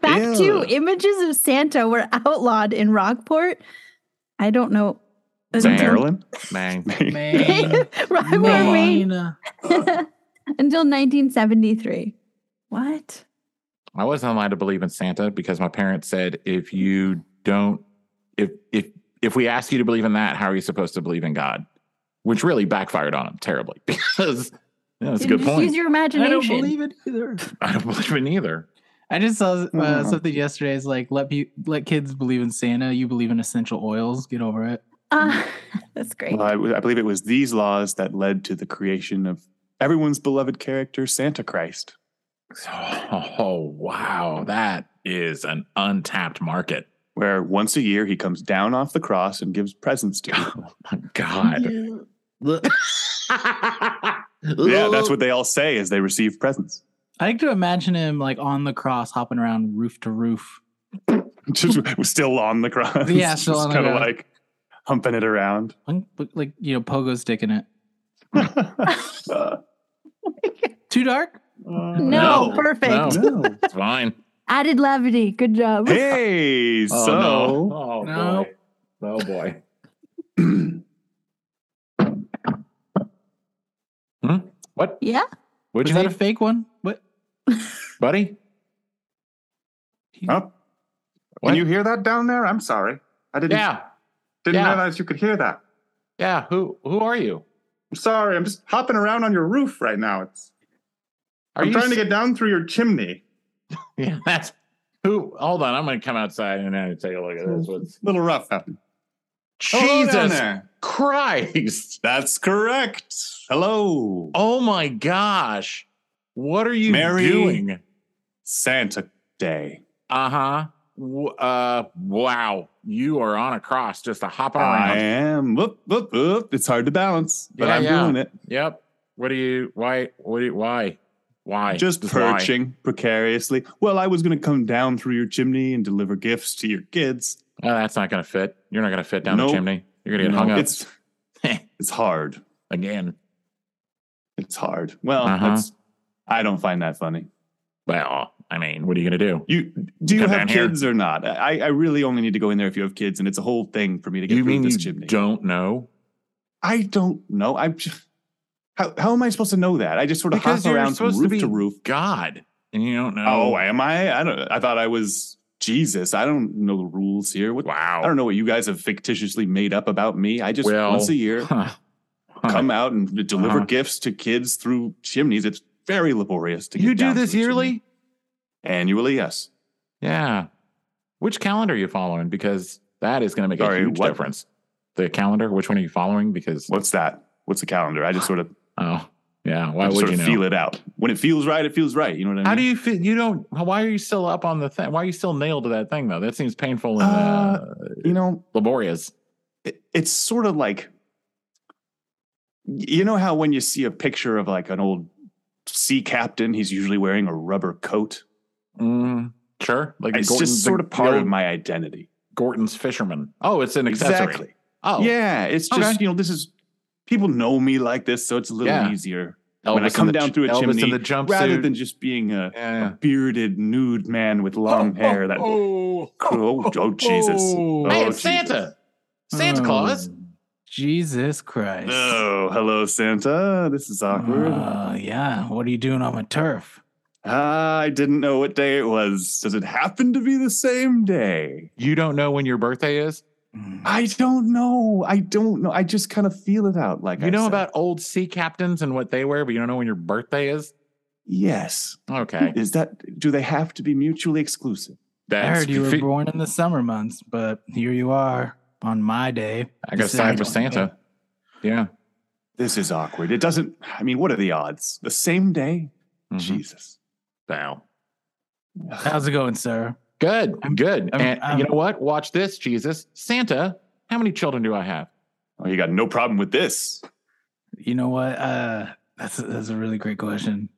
Speaker 3: back to
Speaker 4: Ew.
Speaker 3: images of Santa were outlawed in Rockport. I don't know.
Speaker 1: Damn.
Speaker 3: Until,
Speaker 4: Maryland.
Speaker 1: Man,
Speaker 5: Man,
Speaker 3: Rockport, Maine.
Speaker 5: Man.
Speaker 3: Until 1973. What?
Speaker 1: I wasn't allowed to believe in Santa because my parents said if you don't, if if if we ask you to believe in that, how are you supposed to believe in God? Which really backfired on them terribly because yeah, that's a
Speaker 3: You
Speaker 1: good
Speaker 3: just
Speaker 1: point.
Speaker 3: Use your
Speaker 5: I
Speaker 3: imagination.
Speaker 5: don't believe it either.
Speaker 1: I don't believe in either.
Speaker 5: I just saw uh,
Speaker 1: Hmm.
Speaker 4: Mhm.
Speaker 5: something yesterday. It's like let pe- let kids believe in Santa. You believe in essential oils. Get over it.
Speaker 3: Ah, that's great.
Speaker 4: Well, I, I believe it was these laws that led to the creation of everyone's beloved character, Santa Christ.
Speaker 1: Oh wow, that is an untapped market.
Speaker 4: Where once a year he comes down off the cross and gives presents to. you.
Speaker 1: Oh my god.
Speaker 4: yeah, that's what they all say as they receive presents.
Speaker 5: I like to imagine him like on the cross, hopping around roof to roof.
Speaker 4: Just still on the cross.
Speaker 5: Yeah, still on the
Speaker 4: kind of
Speaker 5: cross.
Speaker 4: like humping it around.
Speaker 5: Like- Like you know, pogo sticking it.
Speaker 4: Uh,
Speaker 5: Too dark.
Speaker 3: no,
Speaker 1: No,
Speaker 3: perfect.
Speaker 1: no.
Speaker 4: No.
Speaker 1: It's fine.
Speaker 3: Added levity. Good job.
Speaker 4: Hey,
Speaker 1: Oh,
Speaker 4: so
Speaker 1: no. oh
Speaker 5: No.
Speaker 1: boy, oh boy. hmm? What?
Speaker 3: Yeah.
Speaker 1: What'd
Speaker 5: Was
Speaker 1: you
Speaker 5: that a
Speaker 1: think,
Speaker 5: fake one? What?
Speaker 1: buddy?
Speaker 4: Huh?
Speaker 1: What?
Speaker 4: Can you hear that down there? I'm sorry. I didn't
Speaker 1: yeah,
Speaker 4: didn't
Speaker 1: yeah.
Speaker 4: realize you could hear that.
Speaker 1: yeah. Who? Who are you?
Speaker 4: I'm sorry. I'm just hopping around on your roof right now. It's
Speaker 1: Are
Speaker 4: I'm
Speaker 1: you
Speaker 4: trying
Speaker 1: s-
Speaker 4: to get down through your chimney.
Speaker 1: Yeah, that's who. Hold on, I'm gonna come outside and uh, take a look at this. What's,
Speaker 4: little rough out there. Hello down
Speaker 1: Jesus
Speaker 4: there.
Speaker 1: Christ!
Speaker 4: That's correct. Hello.
Speaker 1: Oh my gosh, what are you
Speaker 4: Mary-
Speaker 1: doing?
Speaker 4: Santa Day.
Speaker 1: Uh huh. W- uh, wow, you are on a cross, just a hopping
Speaker 4: I
Speaker 1: around.
Speaker 4: am. Whoop, whoop, whoop. It's hard to balance, but
Speaker 1: Yeah,
Speaker 4: I'm
Speaker 1: yeah.
Speaker 4: doing it.
Speaker 1: Yep. What do you? Why? What? Do you, why? Why?
Speaker 4: Just
Speaker 1: why?
Speaker 4: perching precariously. Well, I was going to come down through your chimney and deliver gifts to your kids.
Speaker 1: Oh, that's not gonna fit. You're not gonna fit down
Speaker 4: Nope.
Speaker 1: the chimney. You're gonna get
Speaker 4: No,
Speaker 1: hung up
Speaker 4: It's it's hard.
Speaker 1: again.
Speaker 4: It's hard. Well,
Speaker 1: Uh-huh.
Speaker 4: that's I don't find that funny.
Speaker 1: Well, I mean, what are you gonna do?
Speaker 4: You do you
Speaker 1: Come
Speaker 4: have
Speaker 1: down here.
Speaker 4: kids or not? I, I really only need to go in there if you have kids, and it's a whole thing for me to get
Speaker 1: You
Speaker 4: through
Speaker 1: mean
Speaker 4: this
Speaker 1: you
Speaker 4: chimney.
Speaker 1: don't know?
Speaker 4: I don't know. I'm just how how am I supposed to know that? I just sort of
Speaker 1: Because
Speaker 4: hop
Speaker 1: you're
Speaker 4: around from
Speaker 1: supposed to
Speaker 4: roof to,
Speaker 1: be-
Speaker 4: roof.
Speaker 1: God, and you don't know.
Speaker 4: Oh, am I? I don't. I thought I was Jesus. I don't know the rules here. What
Speaker 1: wow.
Speaker 4: I don't know what you guys have fictitiously made up about me. I just
Speaker 1: Well,
Speaker 4: once a year
Speaker 1: Huh. Huh.
Speaker 4: come out and d- deliver
Speaker 1: Uh-huh.
Speaker 4: gifts to kids through chimneys. It's very laborious to get
Speaker 1: you do
Speaker 4: down
Speaker 1: this
Speaker 4: through a chimney.
Speaker 1: yearly?
Speaker 4: annually. Yes.
Speaker 1: Yeah. Which calendar are you following? Because that is going to make
Speaker 4: Sorry,
Speaker 1: a huge
Speaker 4: what?
Speaker 1: difference. The calendar. Which one are you following? Because
Speaker 4: What's that? What's the calendar? I just sort of
Speaker 1: oh yeah,
Speaker 4: I
Speaker 1: why
Speaker 4: just
Speaker 1: would
Speaker 4: sort
Speaker 1: you
Speaker 4: of
Speaker 1: know?
Speaker 4: feel it out. When it feels right, it feels right. You know what I mean?
Speaker 1: How do you feel? You don't. Why are you still up on the thing? Why are you still nailed to that thing though? That seems painful and uh,
Speaker 4: Uh, You know,
Speaker 1: laborious.
Speaker 4: it, it's sort of like you know how when you see a picture of like an old sea captain, he's usually wearing a rubber coat.
Speaker 1: Mm, sure, like
Speaker 4: It's
Speaker 1: Gorton-
Speaker 4: just
Speaker 1: the-
Speaker 4: sort of
Speaker 1: the
Speaker 4: part of
Speaker 1: old
Speaker 4: my identity.
Speaker 1: Gorton's fisherman. Oh, it's an accessory.
Speaker 4: Exactly.
Speaker 1: Oh,
Speaker 4: Yeah, it's just
Speaker 1: Okay.
Speaker 4: you know this is people know me like this, so it's a little
Speaker 1: Yeah.
Speaker 4: easier. When I
Speaker 1: Elvis
Speaker 4: come
Speaker 1: in the-
Speaker 4: down through a
Speaker 1: Elvis
Speaker 4: chimney,
Speaker 1: in the jumpsuit.
Speaker 4: rather than just being a,
Speaker 1: yeah,
Speaker 4: a
Speaker 1: yeah.
Speaker 4: bearded nude man with long hair. That oh,
Speaker 1: oh,
Speaker 4: oh, Jesus!
Speaker 5: Oh.
Speaker 1: hey,
Speaker 4: Oh,
Speaker 1: it's Santa.
Speaker 5: Oh,
Speaker 1: Santa Claus.
Speaker 5: Jesus Christ.
Speaker 4: Oh, hello, Santa. This is awkward.
Speaker 5: Uh, yeah. What are you doing on my turf?
Speaker 4: Ah, I didn't know what day it was. Does it happen to be the same day?
Speaker 1: You don't know when your birthday is.
Speaker 5: Mm.
Speaker 4: I don't know. I don't know. I just kind of feel it out. Like I
Speaker 1: you know
Speaker 4: said.
Speaker 1: about old sea captains and what they wear, but you don't know when your birthday is.
Speaker 4: yes.
Speaker 1: Okay,
Speaker 4: Is that do they have to be mutually exclusive?
Speaker 5: I
Speaker 1: that's
Speaker 5: heard you were
Speaker 1: fi-
Speaker 5: born in the summer months, but here you are on my day.
Speaker 1: I gotta side with
Speaker 5: December.
Speaker 1: Santa. Yeah.
Speaker 4: This is awkward. It doesn't. I mean, what are the odds? The same day?
Speaker 1: Mhm.
Speaker 4: Jesus.
Speaker 1: Wow.
Speaker 5: How's it going, sir?
Speaker 1: Good.
Speaker 5: I'm-
Speaker 1: good.
Speaker 5: I'm-
Speaker 1: and
Speaker 5: I'm-
Speaker 1: you know what? Watch this, Jesus. Santa, how many children do I have?
Speaker 4: Oh, you got no problem with this.
Speaker 5: You know what? Uh, that's a, that's a really great question.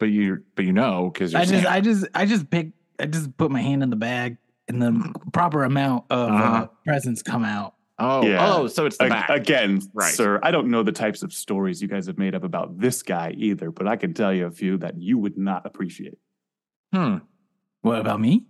Speaker 1: But you, but you know, because you're
Speaker 5: I just
Speaker 1: Santa.
Speaker 5: I just I just pick I just put my hand in the bag and the proper amount of uh
Speaker 1: Uh-huh.
Speaker 5: presents come out.
Speaker 1: oh,
Speaker 4: Yeah.
Speaker 1: oh, so it's the
Speaker 4: Ag-
Speaker 1: back.
Speaker 4: Again,
Speaker 1: Right.
Speaker 4: sir, I don't know the types of stories you guys have made up about this guy either, but I can tell you a few that you would not appreciate.
Speaker 1: hmm.
Speaker 5: What about me?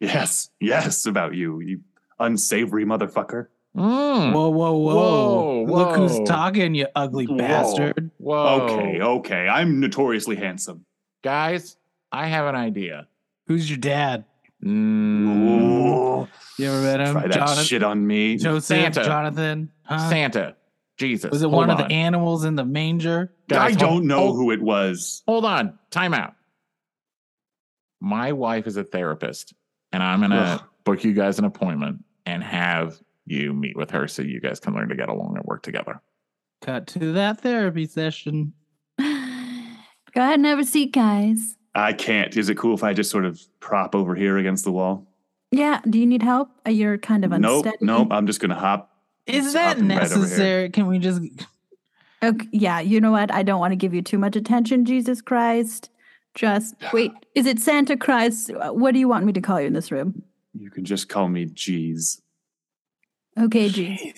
Speaker 4: Yes, yes, about you, you unsavory motherfucker.
Speaker 1: Mm.
Speaker 5: Whoa, whoa, whoa.
Speaker 1: Whoa,
Speaker 5: Look who's
Speaker 1: whoa.
Speaker 5: talking, you ugly
Speaker 4: Whoa.
Speaker 5: bastard.
Speaker 1: Whoa.
Speaker 4: Okay, Oh. okay, I'm notoriously handsome.
Speaker 1: Guys, I have an idea.
Speaker 5: Who's your dad?
Speaker 1: Mm.
Speaker 4: Ooh,
Speaker 5: You ever met him?
Speaker 4: try that
Speaker 5: Jonathan,
Speaker 4: shit on me.
Speaker 5: Joseph,
Speaker 1: Santa.
Speaker 5: Jonathan, huh?
Speaker 1: Santa, Jesus.
Speaker 5: Was it
Speaker 1: hold
Speaker 5: one
Speaker 1: on.
Speaker 5: of the animals in the manger?
Speaker 4: I
Speaker 1: Guys, hold-
Speaker 4: don't know
Speaker 5: Oh.
Speaker 1: hold-
Speaker 4: who it was.
Speaker 1: Hold on. Time out. My wife is a therapist, and I'm going
Speaker 4: Ugh.
Speaker 1: to book you guys an appointment and have you meet with her so you guys can learn to get along and work together.
Speaker 5: Cut to that therapy session.
Speaker 3: Go ahead and have a seat, guys.
Speaker 4: I can't. Is it cool if I just sort of prop over here against the wall?
Speaker 3: Yeah. Do you need help? Uh, You're kind of
Speaker 4: Nope,
Speaker 3: unsteady.
Speaker 4: nope. I'm just gonna hop.
Speaker 5: Is
Speaker 4: It's
Speaker 5: that
Speaker 4: hopping right over here.
Speaker 5: necessary? Can we just
Speaker 3: Okay, yeah. You know what? I don't want to give you too much attention, Jesus Christ. Just wait. Is it Santa Christ? Uh, What do you want me to call you in this room?
Speaker 4: You can just call me Jeez.
Speaker 3: Okay, G.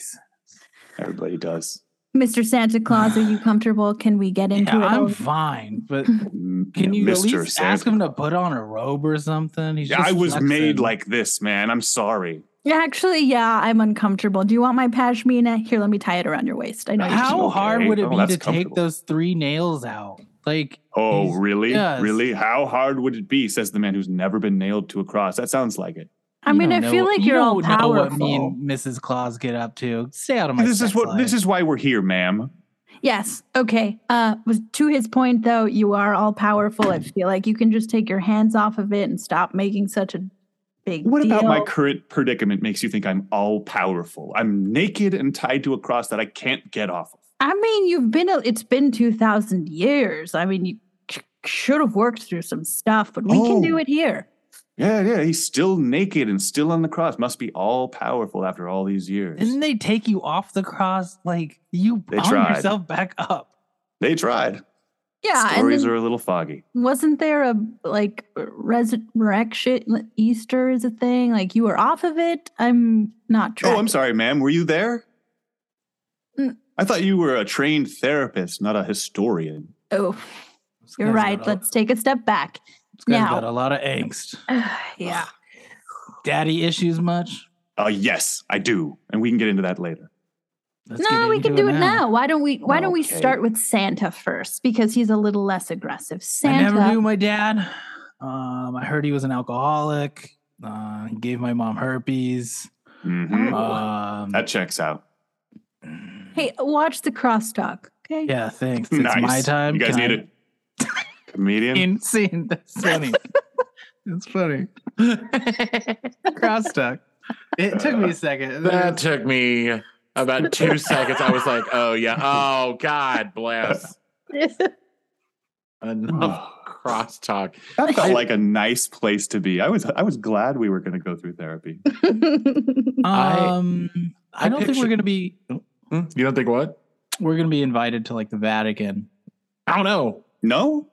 Speaker 4: Everybody does.
Speaker 3: Mr. Santa Claus, are you comfortable? Can we get into
Speaker 5: Yeah,
Speaker 3: it?
Speaker 5: I'm
Speaker 3: Oh,
Speaker 5: fine, but
Speaker 4: M-
Speaker 5: can
Speaker 4: yeah,
Speaker 5: you at least ask him to put on a robe or something? He's
Speaker 4: Yeah, I was made
Speaker 5: flexing.
Speaker 4: like this, man. I'm sorry.
Speaker 3: Actually, yeah, I'm uncomfortable. Do you want my pashmina? Here, let me tie it around your waist. I know. you
Speaker 5: How
Speaker 4: Okay.
Speaker 5: hard would it
Speaker 4: Oh,
Speaker 5: be
Speaker 4: that's
Speaker 5: to take
Speaker 4: comfortable.
Speaker 5: those three nails out? Like,
Speaker 4: Oh,
Speaker 5: He's-
Speaker 4: really?
Speaker 5: yes.
Speaker 4: Really? How hard would it be? Says the man who's never been nailed to a cross. That sounds like it.
Speaker 3: I
Speaker 5: you
Speaker 3: mean, I
Speaker 5: don't know
Speaker 3: feel
Speaker 5: what-
Speaker 3: like
Speaker 5: you
Speaker 3: you're all
Speaker 5: don't know what
Speaker 3: powerful.
Speaker 5: me and Mrs. Claus get up to. Stay out of Oh my.
Speaker 4: this is
Speaker 5: sex
Speaker 4: what.
Speaker 5: life.
Speaker 4: This is why we're here, ma'am.
Speaker 3: Yes. Okay. Uh, was to his point though, you are all powerful. I feel like you can just take your hands off of it and stop making such a big.
Speaker 4: What about my
Speaker 3: deal.
Speaker 4: current predicament makes you think I'm all powerful? I'm naked and tied to a cross that I can't get off of.
Speaker 3: I mean, you've been. A, it's been two thousand years. I mean, you c- should have worked through some stuff, but we can do
Speaker 4: Oh.
Speaker 3: it here.
Speaker 4: Yeah, yeah. He's still naked and still on the cross. Must be all powerful after all these years.
Speaker 5: Didn't they take you off the cross? Like you
Speaker 4: They
Speaker 5: hung
Speaker 4: tried.
Speaker 5: yourself back up.
Speaker 4: They tried.
Speaker 3: Yeah. and
Speaker 4: Stories
Speaker 3: then
Speaker 4: are a little foggy.
Speaker 3: wasn't there a like resurrection? like, Easter is a thing. Like you were off of it. I'm not.
Speaker 4: Oh, I'm
Speaker 3: tracking.
Speaker 4: sorry, ma'am. Were you there?
Speaker 3: Mm.
Speaker 4: I thought you were a trained therapist, not a historian.
Speaker 3: Oh,
Speaker 5: This
Speaker 3: you're
Speaker 5: guy's
Speaker 3: right.
Speaker 5: got a-
Speaker 3: Let's take a step back.
Speaker 5: this guy's
Speaker 3: now.
Speaker 5: got a lot of angst.
Speaker 3: yeah.
Speaker 5: Daddy issues much?
Speaker 4: Uh, yes, I do. And we can get into that later.
Speaker 5: Let's
Speaker 3: no,
Speaker 5: get
Speaker 3: we
Speaker 5: into
Speaker 3: can do it now. Why don't we? Why don't we
Speaker 4: Okay.
Speaker 3: start with Santa first because he's a little less aggressive.
Speaker 5: I
Speaker 3: Santa.
Speaker 5: never knew my dad. Um, I heard he was an alcoholic. Uh, he gave my mom herpes.
Speaker 4: Mhm.
Speaker 3: Oh.
Speaker 5: Um,
Speaker 4: That checks out.
Speaker 3: hey, watch the crosstalk. Okay.
Speaker 5: yeah, thanks. It's my time.
Speaker 4: You guys
Speaker 5: Can
Speaker 4: need
Speaker 5: I-
Speaker 4: it. Comedian.
Speaker 5: Insane. That's funny. That's funny. Crosstalk. It took me a second.
Speaker 4: Uh,
Speaker 1: That took me about two seconds. I was like, oh, yeah. Oh, God bless. Enough
Speaker 4: Oh,
Speaker 1: crosstalk.
Speaker 4: that
Speaker 1: I-
Speaker 4: felt like a nice place to be. I was I was glad we were going to go through therapy.
Speaker 1: I-
Speaker 5: um, I,
Speaker 1: I
Speaker 5: don't think
Speaker 1: picture-
Speaker 5: we're gonna be
Speaker 1: Hmm? You don't think what?
Speaker 5: we're gonna be invited to like the Vatican.
Speaker 1: I don't know.
Speaker 4: No,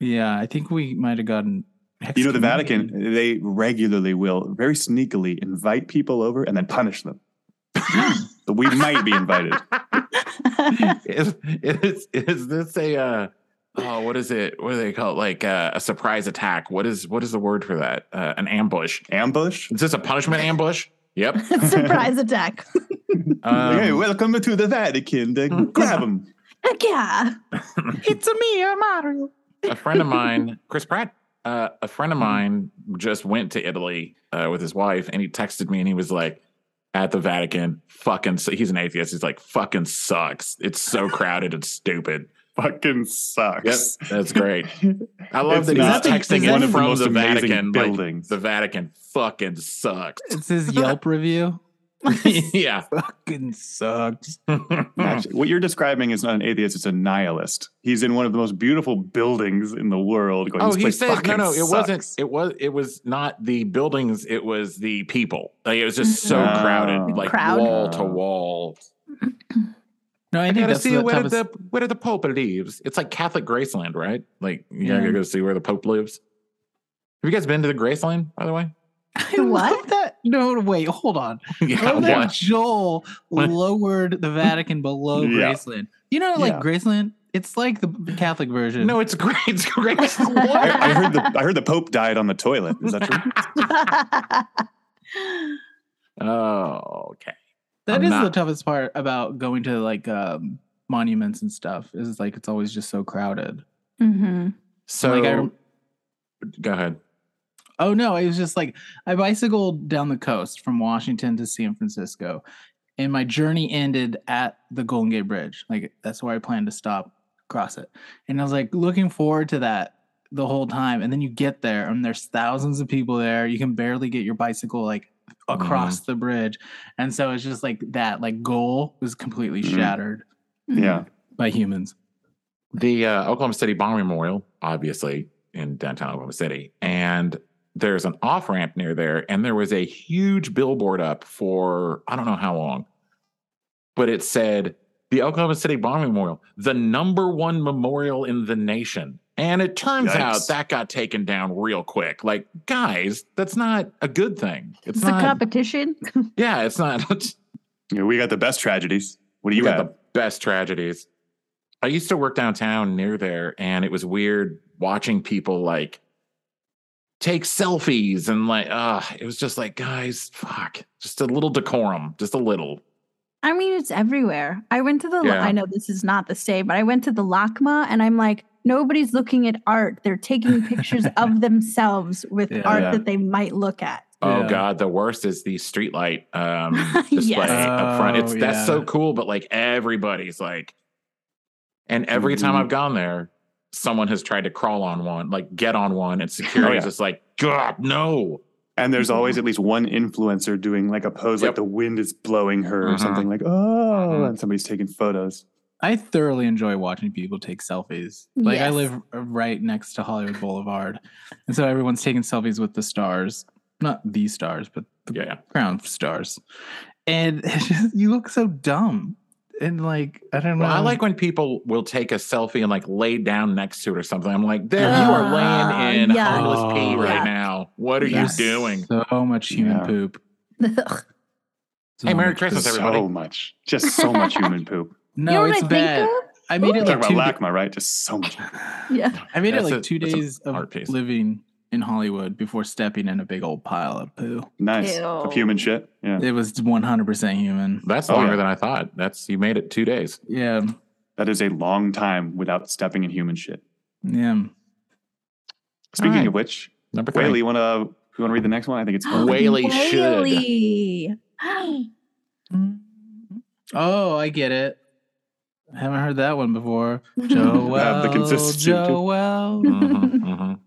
Speaker 5: Yeah, I think we might have gotten.
Speaker 4: you know the
Speaker 5: excommunicated.
Speaker 4: Vatican. They regularly will very sneakily invite people over and then punish them. but we might be invited.
Speaker 1: is, is is this a uh oh what is it what do they call it like uh, a surprise attack what is what is the word for that uh, an ambush
Speaker 4: Ambush?
Speaker 1: is this a punishment ambush yep
Speaker 3: Surprise attack.
Speaker 1: um,
Speaker 4: hey, welcome to the Vatican. They grab them.
Speaker 3: Heck yeah.
Speaker 5: it's a me, I'm Mario.
Speaker 1: a friend of mine chris pratt uh, a friend of mine just went to italy uh, with his wife and he texted me and he was like at the vatican fucking su- he's an atheist he's like fucking sucks it's so crowded and stupid
Speaker 4: Fucking sucks.
Speaker 1: that's great i love
Speaker 4: It's
Speaker 1: that he's
Speaker 4: not-
Speaker 1: texting
Speaker 5: is
Speaker 1: it
Speaker 5: that-
Speaker 1: from
Speaker 5: one of
Speaker 1: the,
Speaker 4: amazing
Speaker 1: vatican like,
Speaker 4: buildings.
Speaker 1: the vatican fucking sucks
Speaker 5: It's his Yelp review.
Speaker 1: yeah.
Speaker 5: Fucking sucks.
Speaker 1: Hmm.
Speaker 4: Actually, what you're describing is not an atheist; it's a nihilist. He's in one of the most beautiful buildings in the world. Going,
Speaker 1: oh,
Speaker 4: "This
Speaker 1: he
Speaker 4: place
Speaker 1: said no,
Speaker 4: fucking
Speaker 1: no. It wasn't.
Speaker 4: sucks."
Speaker 1: It was. It was not the buildings. It was the people. Like it was just so
Speaker 4: Oh.
Speaker 1: crowded, like
Speaker 3: Crowd.
Speaker 1: wall to wall.
Speaker 5: No, I,
Speaker 1: I
Speaker 5: think
Speaker 1: gotta
Speaker 5: that's
Speaker 1: see
Speaker 5: the
Speaker 1: where
Speaker 5: type of-
Speaker 1: the where the Pope lives. It's like Catholic Graceland, right? Like you
Speaker 5: Yeah.
Speaker 1: gotta go see where the Pope lives. Have you guys been to the Graceland, by the way?
Speaker 5: I
Speaker 3: What?
Speaker 5: love that. No, wait, hold on. I
Speaker 1: yeah,
Speaker 5: love that
Speaker 1: what?
Speaker 5: Joel
Speaker 1: What?
Speaker 5: lowered the Vatican below
Speaker 4: Yeah.
Speaker 5: Graceland. You know, like
Speaker 4: Yeah.
Speaker 5: Graceland, it's like the Catholic version.
Speaker 1: No, it's great. It's Graceland.
Speaker 4: I, I heard the I heard the Pope died on the toilet. Is that true?
Speaker 3: Mm-hmm.
Speaker 1: oh, okay.
Speaker 5: that
Speaker 1: I'm
Speaker 5: is the
Speaker 1: not-
Speaker 5: toughest part about going to like um, monuments and stuff. Is like it's always just so crowded.
Speaker 3: hmm
Speaker 1: So,
Speaker 5: like I, rem-
Speaker 1: go ahead.
Speaker 5: Oh no, it was just like I bicycled down the coast from Washington to San Francisco, and my journey ended at the Golden Gate Bridge. Like that's where I planned to stop, cross it. And I was like looking forward to that the whole time. And then you get there, and there's thousands of people there. You can barely get your bicycle like across the bridge. And so it's just like that, like goal was completely
Speaker 4: Mhm.
Speaker 5: shattered
Speaker 4: Yeah.
Speaker 5: by humans.
Speaker 1: the uh, Oklahoma City Bomb Memorial, obviously in downtown Oklahoma City, and there's an off ramp near there, and there was a huge billboard up for I don't know how long, but it said the Oklahoma City Bomb Memorial, the number one memorial in the nation. And it turns
Speaker 4: Yikes.
Speaker 1: out that got taken down real quick. Like, guys, that's not a good thing. It's,
Speaker 3: It's a
Speaker 1: not.
Speaker 3: competition.
Speaker 1: yeah, it's not.
Speaker 4: Yeah, we got the best tragedies. What do you
Speaker 1: We got
Speaker 4: have?
Speaker 1: the best tragedies. I used to work downtown near there, and it was weird watching people like take selfies and like, uh, it was just like, guys, fuck, just a little decorum, just a little.
Speaker 3: I mean, it's everywhere. I went to the,
Speaker 1: Yeah.
Speaker 3: I know this is not the same, but I went to the LACMA and I'm like, nobody's looking at art. They're taking pictures of themselves with
Speaker 5: Yeah.
Speaker 3: art
Speaker 4: Yeah.
Speaker 3: that they might look at.
Speaker 1: Oh
Speaker 5: Yeah.
Speaker 1: god, the worst is the streetlight um
Speaker 3: Yes.
Speaker 1: display up front. It's
Speaker 5: Oh,
Speaker 1: that's
Speaker 5: yeah.
Speaker 1: so cool, but like everybody's like, and every time
Speaker 5: Mm-hmm.
Speaker 4: Mhm.
Speaker 1: I've gone there, someone has tried to crawl on one, like get on one,
Speaker 5: Oh,
Speaker 1: and security's
Speaker 4: yeah.
Speaker 1: just like, God, no.
Speaker 4: And there's always at least one influencer doing like a pose, like
Speaker 1: Yep.
Speaker 4: the wind is blowing her or
Speaker 1: Mhm.
Speaker 4: something. Like, oh,
Speaker 1: Mhm.
Speaker 4: and somebody's taking photos.
Speaker 5: I thoroughly enjoy watching people take selfies. Like I
Speaker 3: Yes.
Speaker 5: live right next to Hollywood Boulevard, and so everyone's taking selfies with the stars, not the stars, but the
Speaker 1: Yeah.
Speaker 5: crown stars. And it's just, you look so dumb, and like I don't know.
Speaker 1: Well, I like when people will take a selfie and like lay down next to it or something. I'm like, there you are laying in
Speaker 3: Ah, yeah.
Speaker 1: homeless pee right
Speaker 5: Oh, Yeah.
Speaker 1: now. What are
Speaker 5: There's
Speaker 1: you doing?
Speaker 5: So much human
Speaker 4: Yeah.
Speaker 5: poop. So
Speaker 1: Hey, Merry
Speaker 5: much-
Speaker 1: Christmas, everybody.
Speaker 4: So much, just so much human poop.
Speaker 3: you know
Speaker 5: No,
Speaker 3: what
Speaker 5: it's
Speaker 3: I
Speaker 5: bad.
Speaker 3: think
Speaker 5: I made it
Speaker 4: Talking
Speaker 5: like
Speaker 4: about
Speaker 5: two.
Speaker 4: LACMA, right? Just so much.
Speaker 3: of? Yeah.
Speaker 5: I made it
Speaker 1: That's
Speaker 5: like
Speaker 1: a-
Speaker 5: two
Speaker 1: that's a
Speaker 5: days
Speaker 1: art piece.
Speaker 5: of living in Hollywood before stepping in a big old pile of poo.
Speaker 4: Nice.
Speaker 3: Ew.
Speaker 4: Of human shit. Yeah.
Speaker 5: It was 100% human.
Speaker 1: That's
Speaker 4: Oh,
Speaker 1: longer
Speaker 4: yeah.
Speaker 1: than I thought. That's you made it two days.
Speaker 5: Yeah.
Speaker 4: That is a long time without stepping in human shit.
Speaker 5: Yeah.
Speaker 4: Speaking
Speaker 1: right.
Speaker 4: of which,
Speaker 1: Number three.
Speaker 4: Whaley, you want to you want to read the next one? I think it's
Speaker 1: Wait. Whaley should.
Speaker 3: Whaley.
Speaker 5: Oh, I get it. I haven't heard that one before. Joel,
Speaker 4: Have the consistency too.
Speaker 5: Joel,
Speaker 1: Mhm, mhm.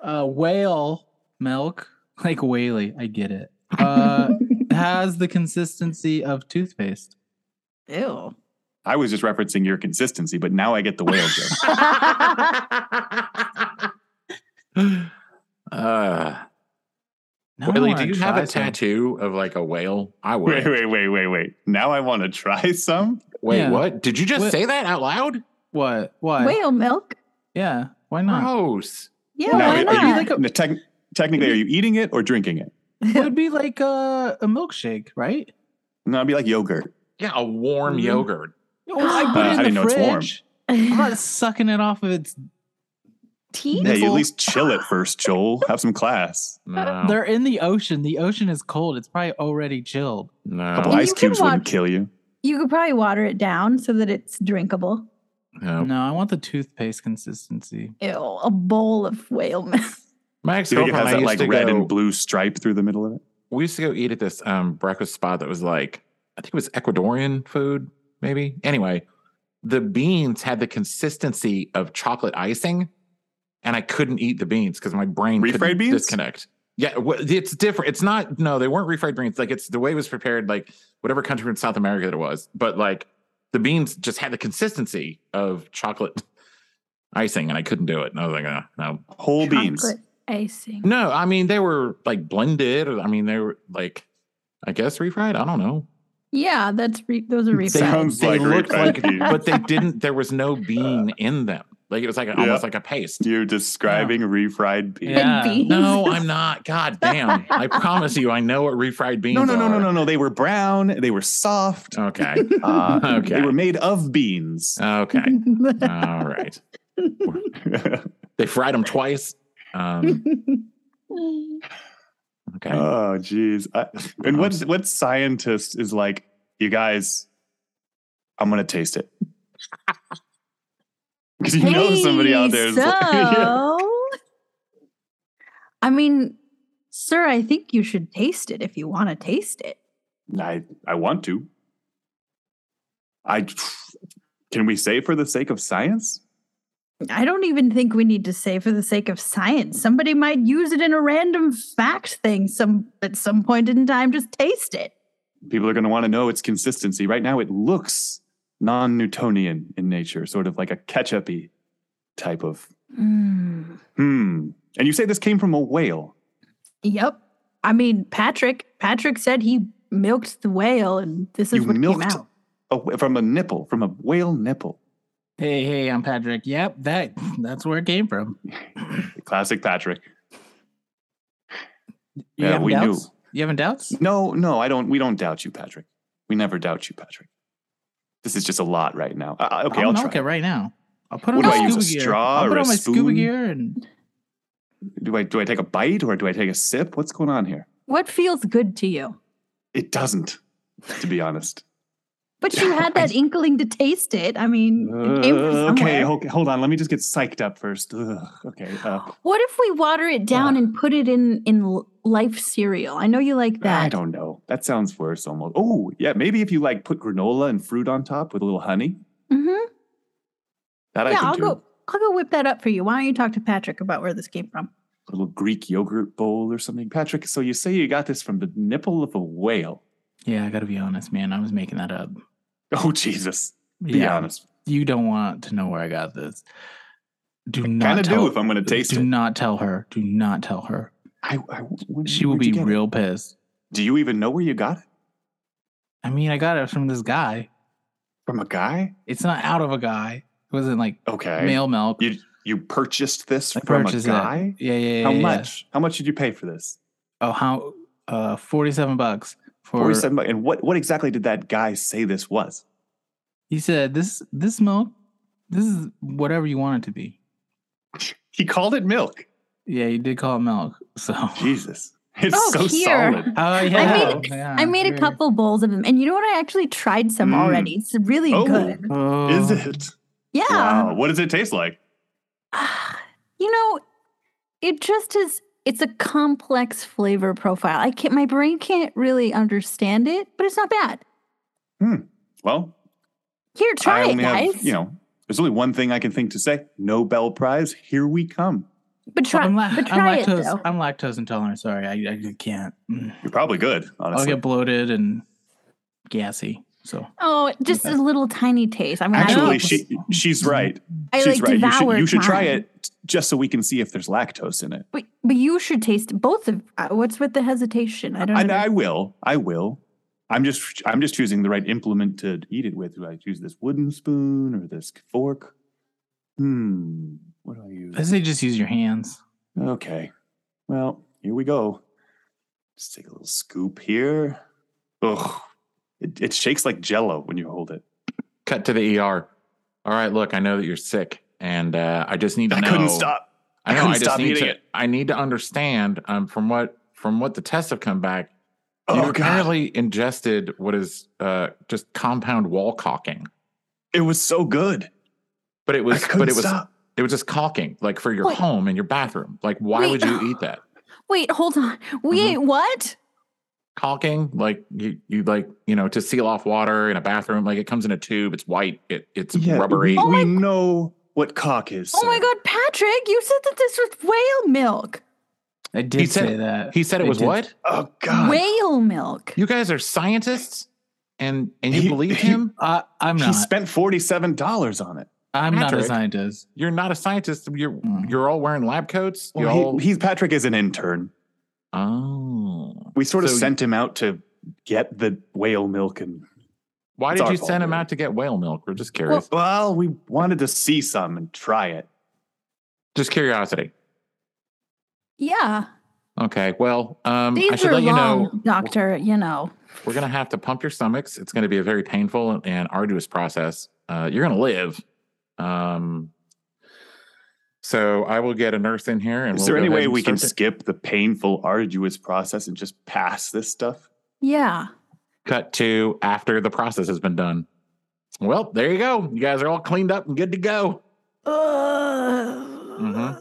Speaker 5: uh, whale milk, like whaley. I get it. Uh, has the consistency of toothpaste.
Speaker 3: Ew.
Speaker 4: I was just referencing your consistency, but now I get the whale joke.
Speaker 1: mm-hmm. uh,
Speaker 5: Now I
Speaker 1: Whaley, do
Speaker 5: wanna
Speaker 1: you have
Speaker 5: try
Speaker 1: a
Speaker 5: some.
Speaker 1: tattoo of like a whale? I would.
Speaker 4: wait,
Speaker 1: Wait,
Speaker 4: wait, wait, wait, wait. Now I want to try some.
Speaker 5: Yeah.
Speaker 1: what? Did you just
Speaker 5: What-
Speaker 1: say that out loud?
Speaker 5: What? Why?
Speaker 3: Whale milk.
Speaker 5: Yeah. Why not?
Speaker 1: Gross.
Speaker 3: Yeah,
Speaker 4: now,
Speaker 3: why
Speaker 4: are you-
Speaker 3: not?
Speaker 5: not?
Speaker 4: no, tec- technically, are you eating it or drinking it?
Speaker 5: It would be like a, a milkshake, right?
Speaker 4: No, it'd be like yogurt.
Speaker 1: Yeah, a warm
Speaker 5: Mhm.
Speaker 1: yogurt.
Speaker 5: Oh, I put
Speaker 3: Uh,
Speaker 4: how
Speaker 5: it in
Speaker 4: do
Speaker 5: the
Speaker 4: you know it's warm?
Speaker 5: fridge. I'm not sucking it off of its.
Speaker 3: Tea?
Speaker 4: Yeah, you at
Speaker 5: Nickel.
Speaker 4: least chill it first, Joel. Have some class.
Speaker 1: No,
Speaker 5: They're in the ocean. The ocean is cold. It's probably already chilled.
Speaker 4: A
Speaker 1: no,
Speaker 4: couple
Speaker 3: You
Speaker 4: ice
Speaker 3: can
Speaker 4: cubes wouldn't
Speaker 3: watch-
Speaker 4: kill you.
Speaker 3: You could probably water it down so that it's drinkable.
Speaker 1: no.
Speaker 5: No, I want the toothpaste consistency.
Speaker 3: Ew, a bowl of whale milk.
Speaker 1: My ex
Speaker 4: Do you think it
Speaker 1: girlfriend
Speaker 4: has
Speaker 1: I
Speaker 4: that
Speaker 1: used
Speaker 4: like
Speaker 1: to
Speaker 4: red
Speaker 1: go,
Speaker 4: and blue stripe through the middle of it?
Speaker 1: we used to go eat at this um, breakfast spot that was like I think it was Ecuadorian food, maybe. Anyway, the beans had the consistency of chocolate icing, and I couldn't eat the beans because my brain
Speaker 4: Refried
Speaker 1: couldn't
Speaker 4: beans?
Speaker 1: disconnect. Yeah, wha- it's different. It's not. No, they weren't refried beans. Like it's the way it was prepared. Like whatever country in South America that it was, but like the beans just had the consistency of chocolate icing, and I couldn't do it. And I was like, oh, no,
Speaker 4: Whole beans.
Speaker 3: Chocolate icing.
Speaker 1: no, I mean they were like blended. I mean they were like, I guess refried. I don't know,
Speaker 3: Yeah, that's re- those are refried.
Speaker 4: Sounds
Speaker 1: They
Speaker 4: like
Speaker 1: look
Speaker 4: refried
Speaker 1: like-
Speaker 4: beans.
Speaker 1: but they didn't. There was no bean in them. Like it was like a-
Speaker 4: Yeah.
Speaker 1: almost like a paste.
Speaker 4: You're describing refried beans.
Speaker 5: Yeah.
Speaker 3: beans.
Speaker 1: No, I'm not. God damn! I promise you, I know what refried beans.
Speaker 4: No, no, no, no,
Speaker 1: are.
Speaker 4: no, no. They were brown. They were soft.
Speaker 1: Okay,
Speaker 4: Uh,
Speaker 1: Okay.
Speaker 4: They were made of beans.
Speaker 1: okay,
Speaker 4: Um,
Speaker 1: all right. They fried them twice. Um, okay,
Speaker 4: Oh, geez. I, and what what scientist is like, you guys, I'm gonna taste it. Because you know somebody out there is
Speaker 3: so,
Speaker 4: like, yeah.
Speaker 3: I mean, sir, I think you should taste it if you want to taste it.
Speaker 4: I I want to. I can we say for the sake of science?
Speaker 3: I don't even think we need to say for the sake of science. Somebody might use it in a random fact thing some at some point in time. Just taste it.
Speaker 4: People are gonna want to know its consistency. Right now it looks non-Newtonian in nature, sort of like a ketchup-y type of
Speaker 3: Mm.
Speaker 4: hmm. And you say this came from a whale.
Speaker 3: Yep. I mean, Patrick. Patrick said he milked the whale, and this is
Speaker 4: You
Speaker 3: what
Speaker 4: milked-
Speaker 3: came out.
Speaker 4: A wh- from a nipple, from a whale nipple.
Speaker 5: Hey, hey, I'm Patrick. Yep, that that's where it came from.
Speaker 4: Classic Patrick.
Speaker 5: You
Speaker 4: Yeah,
Speaker 5: having
Speaker 4: we knew.
Speaker 5: doubts? You having doubts?
Speaker 4: No, no, I don't. We don't doubt you, Patrick. We never doubt you, Patrick. This is just a lot right now. Uh, okay,
Speaker 5: I'll
Speaker 4: I'll
Speaker 5: milk
Speaker 4: try.
Speaker 5: it right now. I'll put
Speaker 4: What
Speaker 5: on
Speaker 3: do
Speaker 5: my
Speaker 3: I use,
Speaker 5: scuba
Speaker 4: a
Speaker 5: gear.
Speaker 4: straw
Speaker 5: I'll
Speaker 4: or
Speaker 5: put
Speaker 4: a
Speaker 5: on my scuba
Speaker 4: spoon?
Speaker 5: gear and
Speaker 4: Do I do I take a bite or do I take a sip? What's going on here?
Speaker 3: What feels good to you?
Speaker 4: It doesn't, to be honest.
Speaker 3: But you had that inkling to taste it. I mean, it came from
Speaker 4: Uh, okay,
Speaker 3: somewhere.
Speaker 4: okay, hold on. Let me just get psyched up first. Ugh, okay. Uh,
Speaker 3: What if we water it down and put it in in l- life cereal? I know you like that.
Speaker 4: I don't know. That sounds worse almost. Oh, yeah. Maybe if you like put granola and fruit on top with a little honey,
Speaker 3: Mhm.
Speaker 4: that I
Speaker 3: Yeah,
Speaker 4: can
Speaker 3: I'll
Speaker 4: do.
Speaker 3: go. I'll go whip that up for you. Why don't you talk to Patrick about where this came from?
Speaker 4: a little Greek yogurt bowl or something. Patrick, so you say you got this from the nipple of a whale.
Speaker 5: yeah, I gotta be honest, man. I was making that up.
Speaker 4: Oh, Jesus. Be
Speaker 5: yeah,
Speaker 4: honest.
Speaker 5: you don't want to know where I got this. Do not
Speaker 4: Kind of
Speaker 5: tell.
Speaker 4: do if I'm going to taste
Speaker 5: do
Speaker 4: it.
Speaker 5: not tell her. Do not tell her.
Speaker 4: I, I- where-
Speaker 5: She will
Speaker 4: where'd you
Speaker 5: be
Speaker 4: get it?
Speaker 5: real pissed.
Speaker 4: Do you even know where you got it?
Speaker 5: I mean, I got it from this guy.
Speaker 4: From a guy?
Speaker 5: It's not out of a guy. It wasn't like
Speaker 4: Okay.
Speaker 5: male milk.
Speaker 4: You you purchased this
Speaker 5: I
Speaker 4: from
Speaker 5: purchased
Speaker 4: a
Speaker 5: it.
Speaker 4: guy?
Speaker 5: Yeah, yeah, yeah.
Speaker 4: How
Speaker 5: yeah, yeah.
Speaker 4: much? How much did you pay for this?
Speaker 5: Oh, how? Uh, forty-seven bucks for.
Speaker 4: 47 bucks. And what, what exactly did that guy say this was?
Speaker 5: He said, "This, this milk, this is whatever you want it to be."
Speaker 4: He called it milk.
Speaker 5: Yeah, you did call it milk. So,
Speaker 4: Jesus. It's
Speaker 3: Oh,
Speaker 4: so
Speaker 3: here.
Speaker 4: solid.
Speaker 5: Oh,
Speaker 3: made
Speaker 4: a-
Speaker 5: yeah,
Speaker 3: I made a
Speaker 5: very-
Speaker 3: couple bowls of them, and you know what? I actually tried some
Speaker 4: Ah, Mm.
Speaker 3: already. It's really
Speaker 4: Oh.
Speaker 3: good.
Speaker 5: Oh,
Speaker 4: Is it?
Speaker 3: Yeah.
Speaker 4: Wow. What does it taste like?
Speaker 3: Ah, you know, it just is. It's a complex flavor profile. I can't. My brain can't really understand it, but it's not bad.
Speaker 4: Well,
Speaker 3: Here, try
Speaker 4: I
Speaker 3: it,
Speaker 4: only
Speaker 3: guys.
Speaker 4: have, you know, there's only one thing I can think to say. Nobel Prize, here we come.
Speaker 3: but try,
Speaker 5: I'm, la-
Speaker 3: but
Speaker 5: I'm
Speaker 3: try it
Speaker 5: lactose.
Speaker 3: though.
Speaker 5: I'm lactose intolerant. Sorry, I, I can't. Mm.
Speaker 4: You're probably good,
Speaker 5: I'll
Speaker 4: honestly.
Speaker 5: get bloated and gassy. So,
Speaker 3: Oh, just
Speaker 4: Okay.
Speaker 3: a little tiny taste. I mean, I,
Speaker 4: Actually,
Speaker 3: like-
Speaker 4: she she's right.
Speaker 3: I
Speaker 4: she's
Speaker 3: like
Speaker 4: right. You should,
Speaker 3: devoured
Speaker 4: you should try
Speaker 3: mine.
Speaker 4: it just so we can see if there's lactose in it.
Speaker 3: But, but you should taste both of. Uh, what's with the hesitation? I don't.
Speaker 4: And
Speaker 3: know.
Speaker 4: I will. I will. I'm just I'm just choosing the right implement to eat it with. Do I choose this wooden spoon or this fork? Hmm. What do I
Speaker 5: I
Speaker 4: use?
Speaker 5: say just use your hands.
Speaker 4: Okay. Well, here we go. Just take a little scoop here. Ugh. It, it shakes like jello when you hold it.
Speaker 1: Cut to the ER. All right, look, I know that you're sick, and uh, I just need to
Speaker 4: I
Speaker 1: know.
Speaker 4: couldn't stop.
Speaker 1: I
Speaker 4: I
Speaker 1: know. I,
Speaker 4: couldn't
Speaker 1: just
Speaker 4: stop
Speaker 1: need
Speaker 4: eating
Speaker 1: to.
Speaker 4: it.
Speaker 1: I need to understand um, from what from what the tests have come back. you
Speaker 4: Oh god,
Speaker 1: apparently ingested what is uh, just compound wall caulking,
Speaker 4: it was so good.
Speaker 1: but it
Speaker 4: I
Speaker 1: was
Speaker 4: couldn't
Speaker 1: but it was
Speaker 4: stop.
Speaker 1: it was just caulking like for your
Speaker 3: Wait.
Speaker 1: home and your bathroom. Like, why
Speaker 3: Wait.
Speaker 1: would you eat that?
Speaker 3: Wait, hold on. We
Speaker 4: Mm-hmm.
Speaker 1: Mhm.
Speaker 3: ate what?
Speaker 1: caulking like you you like you know to seal off water in a bathroom like it comes in a tube it's white it it's
Speaker 4: Yeah,
Speaker 1: rubbery
Speaker 4: We,
Speaker 3: Oh
Speaker 4: we
Speaker 3: my-
Speaker 4: know what cock is.
Speaker 3: Oh my
Speaker 4: sir.
Speaker 3: god, Patrick, you said that this was whale milk.
Speaker 5: I did
Speaker 1: He said-
Speaker 5: say that.
Speaker 1: he said it
Speaker 5: I
Speaker 1: was
Speaker 5: did-
Speaker 1: what
Speaker 4: Oh god.
Speaker 3: Whale milk.
Speaker 1: you guys are scientists and and you
Speaker 4: He-
Speaker 1: believe
Speaker 4: he-
Speaker 1: him
Speaker 5: I, uh, I'm
Speaker 4: he
Speaker 5: not.
Speaker 4: spent forty-seven dollars on it.
Speaker 5: I'm not a
Speaker 1: Patrick.
Speaker 5: scientist.
Speaker 1: you're not a scientist you're
Speaker 5: Mm.
Speaker 1: you're all wearing lab coats you
Speaker 4: Well,
Speaker 1: all
Speaker 4: he, he's Patrick is an intern.
Speaker 1: oh
Speaker 4: We sort of
Speaker 1: So-
Speaker 4: sent him out to get the whale milk, and
Speaker 1: why
Speaker 4: It's
Speaker 1: did
Speaker 4: our
Speaker 1: you
Speaker 4: fault,
Speaker 1: send him
Speaker 4: really.
Speaker 1: out to get whale milk we're just curious
Speaker 4: well, we wanted to see some and try it.
Speaker 1: just curiosity
Speaker 3: Yeah.
Speaker 1: okay well
Speaker 4: Mm,
Speaker 1: um i
Speaker 3: These
Speaker 1: should
Speaker 3: are
Speaker 1: let you
Speaker 3: long,
Speaker 1: know
Speaker 3: doctor, you know.
Speaker 1: we're gonna have to pump your stomachs. It's gonna be a very painful and arduous process. Uh, you're gonna live. Um, so I will get a nurse in here. And
Speaker 4: Is
Speaker 1: we'll
Speaker 4: there
Speaker 1: go
Speaker 4: any
Speaker 1: ahead
Speaker 4: way
Speaker 1: and
Speaker 4: we can
Speaker 1: start it.
Speaker 4: skip the painful, arduous process and just pass this stuff?
Speaker 3: Yeah.
Speaker 1: cut to after the process has been done? Well, there you go. You guys are all cleaned up and good to go. Yeah,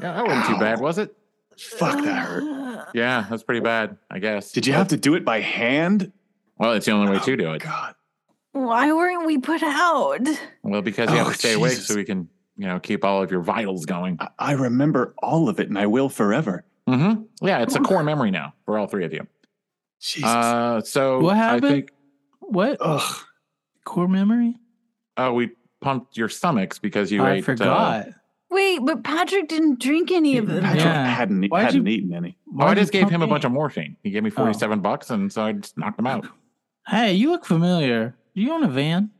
Speaker 1: that wasn't too
Speaker 4: Ow.
Speaker 1: bad, was it?
Speaker 4: Mm-hmm. Fuck, that
Speaker 3: Ah.
Speaker 4: hurt.
Speaker 1: Yeah, that's pretty bad, I guess.
Speaker 4: Did you have to do it by hand?
Speaker 1: Well, it's the only way to do it.
Speaker 4: God.
Speaker 3: Why weren't we put out?
Speaker 1: Well, because you have
Speaker 4: Oh,
Speaker 1: to stay awake
Speaker 4: Jesus.
Speaker 1: so we can, you know, keep all of your vitals going.
Speaker 4: I- I remember all of it and I will forever.
Speaker 1: hmm
Speaker 5: Mm-hmm.
Speaker 1: Yeah, it's a core memory now for all three of you.
Speaker 4: Jesus.
Speaker 1: Uh, so
Speaker 5: What
Speaker 1: I
Speaker 5: happened?
Speaker 1: think
Speaker 5: What
Speaker 4: Ugh.
Speaker 5: core memory?
Speaker 1: Oh, we pumped your stomachs because you
Speaker 5: I
Speaker 1: ate. Uh,
Speaker 5: forgot.
Speaker 3: Wait, but Patrick didn't drink any of them.
Speaker 4: Mm-hmm. Patrick
Speaker 5: Yeah.
Speaker 4: hadn't, e-
Speaker 5: Why'd
Speaker 4: hadn't
Speaker 5: you-
Speaker 4: eaten any.
Speaker 1: oh, I
Speaker 5: Why'd you
Speaker 1: just gave him a
Speaker 5: pump
Speaker 1: bunch
Speaker 5: me? Oh.
Speaker 1: of morphine. He gave me forty-seven bucks, and so I just knocked him out.
Speaker 5: Hey, you look familiar. Do you own a van?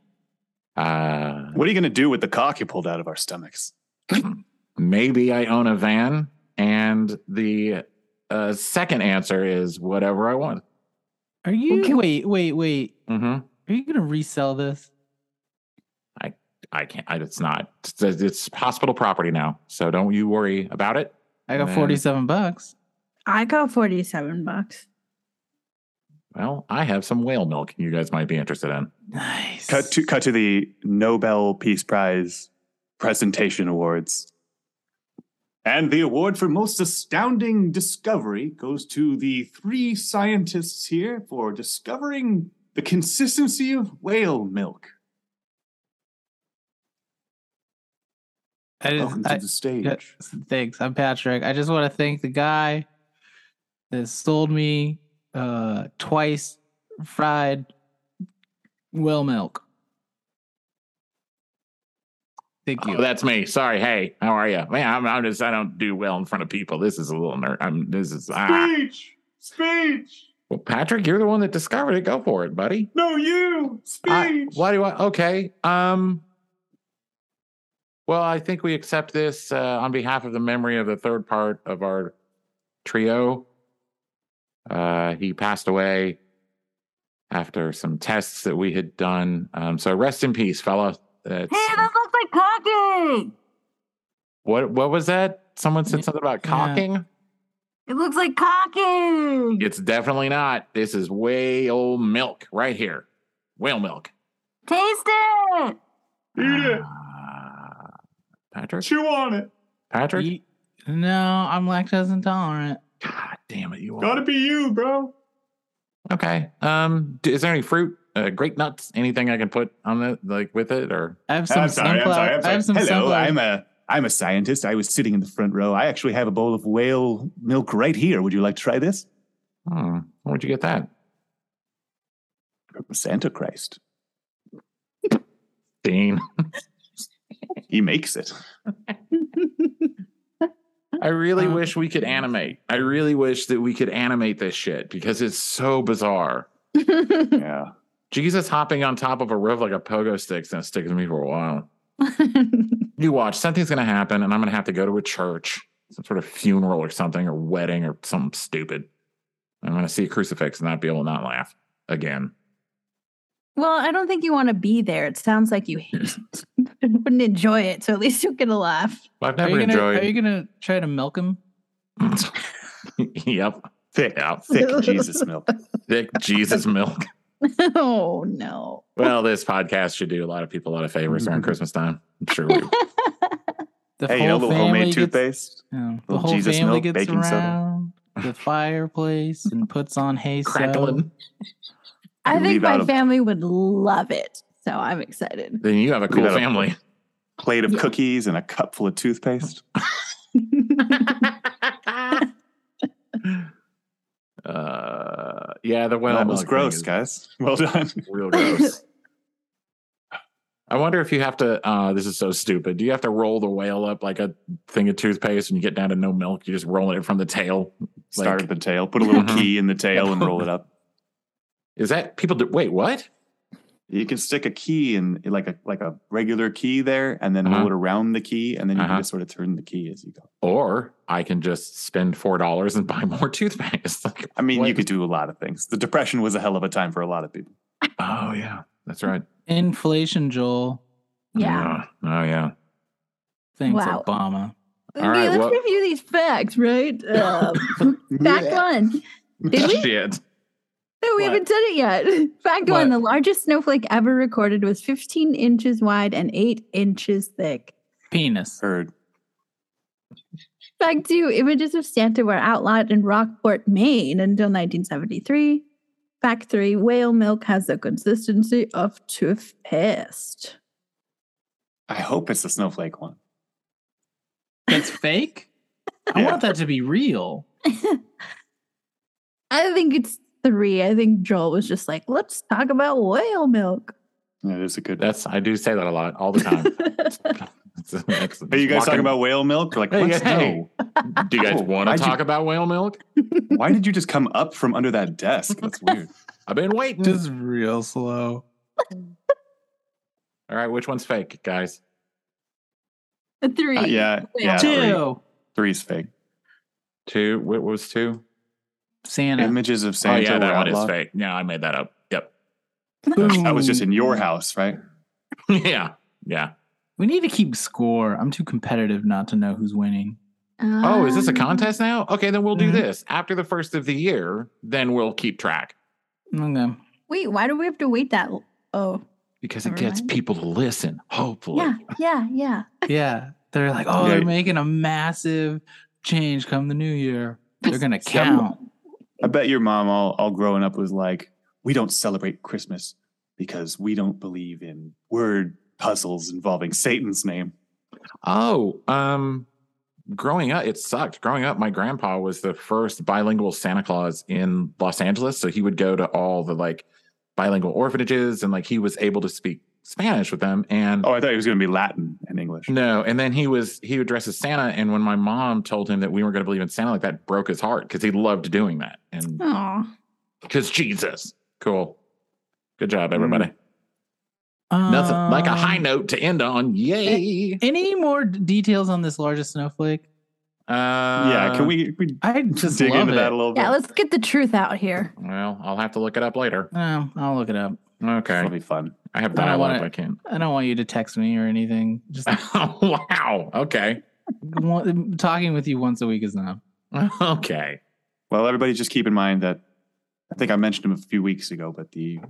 Speaker 1: Uh,
Speaker 4: What are you going to do with the cock you pulled out of our stomachs?
Speaker 1: maybe I own a van, and the uh, second answer is whatever I want.
Speaker 5: Are you?
Speaker 3: Okay.
Speaker 5: Wait, wait, wait.
Speaker 1: Mm-hmm.
Speaker 5: Are you gonna resell this?
Speaker 1: I can't. I, it's not. It's, it's hospital property now, so don't you worry about it.
Speaker 5: I got
Speaker 1: Man.
Speaker 5: forty-seven bucks.
Speaker 3: I got 47 bucks.
Speaker 1: Well, I have some whale milk. You guys might be interested in.
Speaker 5: Nice.
Speaker 4: Cut to cut to the Nobel Peace Prize presentation awards. And the award for most astounding discovery goes to the three scientists here for discovering the consistency of whale milk.
Speaker 5: I
Speaker 4: Welcome
Speaker 5: didn't,
Speaker 4: to
Speaker 5: I,
Speaker 4: the stage.
Speaker 5: yeah, thanks. I'm Patrick. I just want to thank the guy that sold me uh twice fried whale milk. Thank you.
Speaker 1: Oh, that's me. Sorry. Hey, how are you? Man, I'm, I'm just. I don't do well in front of people. This is a little nerd. I'm. This is. Ah.
Speaker 4: Speech! Speech!
Speaker 1: Well, Patrick, you're the one that discovered it. Go for it, buddy.
Speaker 4: No, you!
Speaker 1: I,
Speaker 4: Speech!
Speaker 1: why do I? Okay. Um. Well, I think we accept this uh, on behalf of the memory of the third part of our trio. Uh, he passed away after some tests that we had done. Um, so rest in peace, fella. That's,
Speaker 3: looks like cocky.
Speaker 1: what what was that? Someone said something about
Speaker 5: Yeah.
Speaker 1: cocking.
Speaker 3: It looks like cocky.
Speaker 1: It's definitely not. This is whale milk right here. Whale milk.
Speaker 3: Taste it.
Speaker 4: Eat it!
Speaker 1: Ah, Patrick?
Speaker 4: Chew on it!
Speaker 1: Patrick?
Speaker 5: You- no, I'm lactose intolerant.
Speaker 1: God damn it, you are.
Speaker 4: Gotta be you, bro!
Speaker 1: Okay. Um, d- is there any fruit? Uh, grape nuts? Anything I can put on it, like with it, or
Speaker 5: I have some
Speaker 4: I'm sorry, I'm
Speaker 5: sunflower.
Speaker 4: sorry, I'm
Speaker 5: I
Speaker 4: sorry.
Speaker 5: have some
Speaker 4: Hello,
Speaker 5: sunflower.
Speaker 4: I'm a I'm a scientist. I was sitting in the front row. I actually have a bowl of whale milk right here. Would you like to try this?
Speaker 1: hmm, where'd you get that?
Speaker 4: From Santa Christ.
Speaker 1: Dean,
Speaker 4: He makes it.
Speaker 1: I really
Speaker 5: Um,
Speaker 1: wish we could animate. I really wish that we could animate this shit because it's so bizarre.
Speaker 4: Yeah.
Speaker 1: Jesus hopping on top of a roof like a pogo stick's gonna stick with me for a while. you watch something's going to happen and i'm going to have to go to a church some sort of funeral or something or wedding or something stupid i'm going to see a crucifix and not be able to not laugh again
Speaker 3: Well, I don't think you want to be there. It sounds like you hate it. You wouldn't enjoy it, so at least you'll get a laugh.
Speaker 1: Well, I've
Speaker 5: Are
Speaker 1: never
Speaker 5: you, gonna,
Speaker 1: enjoyed.
Speaker 5: are you gonna try to milk him?
Speaker 1: yep,
Speaker 4: Thick,
Speaker 1: yep.
Speaker 4: thick Jesus milk.
Speaker 1: Thick Jesus milk.
Speaker 3: oh no.
Speaker 1: Well, this podcast should do a lot of people a lot of favors during Christmas time. I'm sure we
Speaker 5: The
Speaker 4: hey, you know, a little homemade
Speaker 5: family gets-
Speaker 4: toothpaste.
Speaker 5: Yeah, the
Speaker 4: Little
Speaker 5: whole
Speaker 4: Jesus
Speaker 5: family
Speaker 4: milk,
Speaker 5: gets
Speaker 4: baking soda.
Speaker 5: around the fireplace and puts on hay
Speaker 1: crackling.
Speaker 5: soda.
Speaker 3: I
Speaker 4: You
Speaker 3: think
Speaker 4: leave out
Speaker 3: my
Speaker 4: a-
Speaker 3: family would love it. So I'm excited.
Speaker 1: Then you have a cool
Speaker 4: gotta-
Speaker 1: family.
Speaker 4: Plate of
Speaker 3: Yeah.
Speaker 4: cookies and a cup full of toothpaste.
Speaker 1: Uh, yeah, the well
Speaker 4: Well, that was
Speaker 1: milk thing
Speaker 4: gross,
Speaker 1: is
Speaker 4: guys. Well done.
Speaker 1: Real gross. I wonder if you have to. Uh, this is so stupid. Do you have to roll the whale up like a thing of toothpaste, and you get down to no milk? You're just rolling it from the tail.
Speaker 4: Start at the tail. Put a little
Speaker 5: Mm-hmm.
Speaker 1: Mhm.
Speaker 4: key in the tail and roll it up.
Speaker 1: Is that people? Do, wait, what?
Speaker 4: You can stick a key in like a like a regular key there, and then
Speaker 1: Uh-huh.
Speaker 4: roll it around the key, and then you
Speaker 1: Uh-huh.
Speaker 4: can just sort of turn the key as you go.
Speaker 1: Or I can just spend four dollars and buy more toothpaste. Like,
Speaker 4: I mean, you
Speaker 1: what-
Speaker 4: could do a lot of things. The depression was a hell of a time for a lot of people.
Speaker 1: Oh yeah, that's right.
Speaker 5: Inflation, Joel.
Speaker 3: yeah.
Speaker 1: Oh yeah.
Speaker 5: Thanks,
Speaker 3: Wow.
Speaker 5: Obama.
Speaker 1: All right,
Speaker 3: okay, let's
Speaker 1: well-
Speaker 3: review these facts, right? Um, fact one. Did we?
Speaker 1: Shit.
Speaker 3: No, we
Speaker 5: What?
Speaker 3: haven't done it yet. Fact
Speaker 5: What?
Speaker 3: one the largest snowflake ever recorded was 15 inches wide and 8 inches thick.
Speaker 5: Penis.
Speaker 4: Heard.
Speaker 3: Fact two images of Santa were outlawed in Rockport, Maine until 1973. Fact three whale milk has the consistency of toothpaste.
Speaker 4: I hope it's the snowflake one.
Speaker 5: That's fake. I
Speaker 4: Yeah.
Speaker 5: want that to be real.
Speaker 3: I think it's three. I think Joel was just like, let's talk about whale milk.
Speaker 4: Yeah, there's a good.
Speaker 1: That's I do say that a lot, all the time. It's- it's-
Speaker 4: Are you guys talking
Speaker 1: walking-
Speaker 4: about whale milk? We're like,
Speaker 1: Hey,
Speaker 4: let's
Speaker 1: hey.
Speaker 4: know.
Speaker 1: Do you guys
Speaker 4: Oh,
Speaker 1: want to
Speaker 4: why'd you-
Speaker 1: talk about whale milk?
Speaker 4: Why did you just come up from under that desk? That's weird.
Speaker 1: I've been waiting.
Speaker 5: Just real slow.
Speaker 1: All right, which one's fake, guys?
Speaker 3: A Three.
Speaker 4: Uh, yeah, yeah. Three,
Speaker 5: Two.
Speaker 4: three's fake.
Speaker 1: Two. What was two?
Speaker 5: Santa.
Speaker 4: Images of Santa.
Speaker 1: oh yeah, that
Speaker 4: were
Speaker 1: one
Speaker 4: outlawed.
Speaker 1: is fake. Yeah, I made that up. Yep.
Speaker 4: That was just
Speaker 5: Boom.
Speaker 4: in your house, right?
Speaker 1: yeah. Yeah.
Speaker 5: We need to keep score. I'm too competitive not to know who's winning.
Speaker 1: Oh, is this a
Speaker 3: Um, mm-hmm.
Speaker 1: contest now? Okay, then we'll do
Speaker 5: Mhm.
Speaker 1: this after the first of the year. Then we'll keep track
Speaker 5: Okay.
Speaker 3: Wait, why do we have to wait that? l- Oh,
Speaker 1: because it
Speaker 3: Never
Speaker 1: gets
Speaker 3: mind.
Speaker 1: people to listen. Hopefully.
Speaker 3: yeah, yeah, yeah.
Speaker 5: Yeah. They're like, oh,
Speaker 4: Yeah.
Speaker 5: they're making a massive change come the new year. They're gonna
Speaker 3: Some-
Speaker 5: count.
Speaker 4: I bet your mom, all, all growing up, was like, we don't celebrate Christmas because we don't believe in word puzzles involving Satan's name.
Speaker 1: Oh, um, growing up, it sucked. Growing up, my grandpa was the first bilingual Santa Claus in Los Angeles. So he would go to all the like bilingual orphanages and like he was able to speak Spanish with them. And
Speaker 4: Oh, I thought it was going to be Latin and English.
Speaker 1: no, and then he was, he would dress as Santa. And when my mom told him that we weren't going to believe in Santa, like that broke his heart because he loved doing that. And
Speaker 3: Aw.
Speaker 1: because Jesus, cool. Good job, everybody.
Speaker 4: Mm.
Speaker 1: Nothing like a high
Speaker 5: Um,
Speaker 1: note to end on. Yay.
Speaker 5: Any more d- details on this largest snowflake?
Speaker 1: Uh,
Speaker 4: yeah, can we, we
Speaker 5: I just
Speaker 4: dig
Speaker 5: love
Speaker 4: into
Speaker 5: it.
Speaker 4: that a little bit?
Speaker 3: Yeah, let's get the truth out here.
Speaker 1: Well, I'll have to look it up later.
Speaker 5: Um, I'll look it up.
Speaker 1: Okay.
Speaker 4: That'll be fun.
Speaker 1: I have
Speaker 5: I don't
Speaker 1: dialogue.
Speaker 5: wanna-
Speaker 1: I can't.
Speaker 5: I don't want you to text me or anything. Just
Speaker 1: wow. Okay.
Speaker 5: one, talking with you once a week is enough.
Speaker 1: Okay.
Speaker 4: Well, everybody just keep in mind that I think I mentioned him a few weeks ago, but the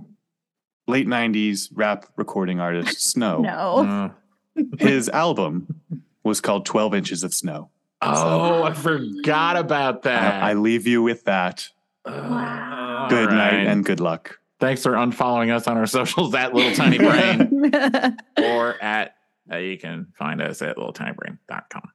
Speaker 4: late 90s rap recording artist Snow,
Speaker 3: No.
Speaker 1: Uh,
Speaker 4: his album was called 12 Inches of Snow.
Speaker 1: oh, I forgot about that.
Speaker 4: I, I leave you with that.
Speaker 1: Uh,
Speaker 4: Good
Speaker 1: all
Speaker 4: night
Speaker 1: right.
Speaker 4: and good luck.
Speaker 1: thanks for unfollowing us on our socials at Little Tiny Brain or at uh, you can find us at littletinybrain.com.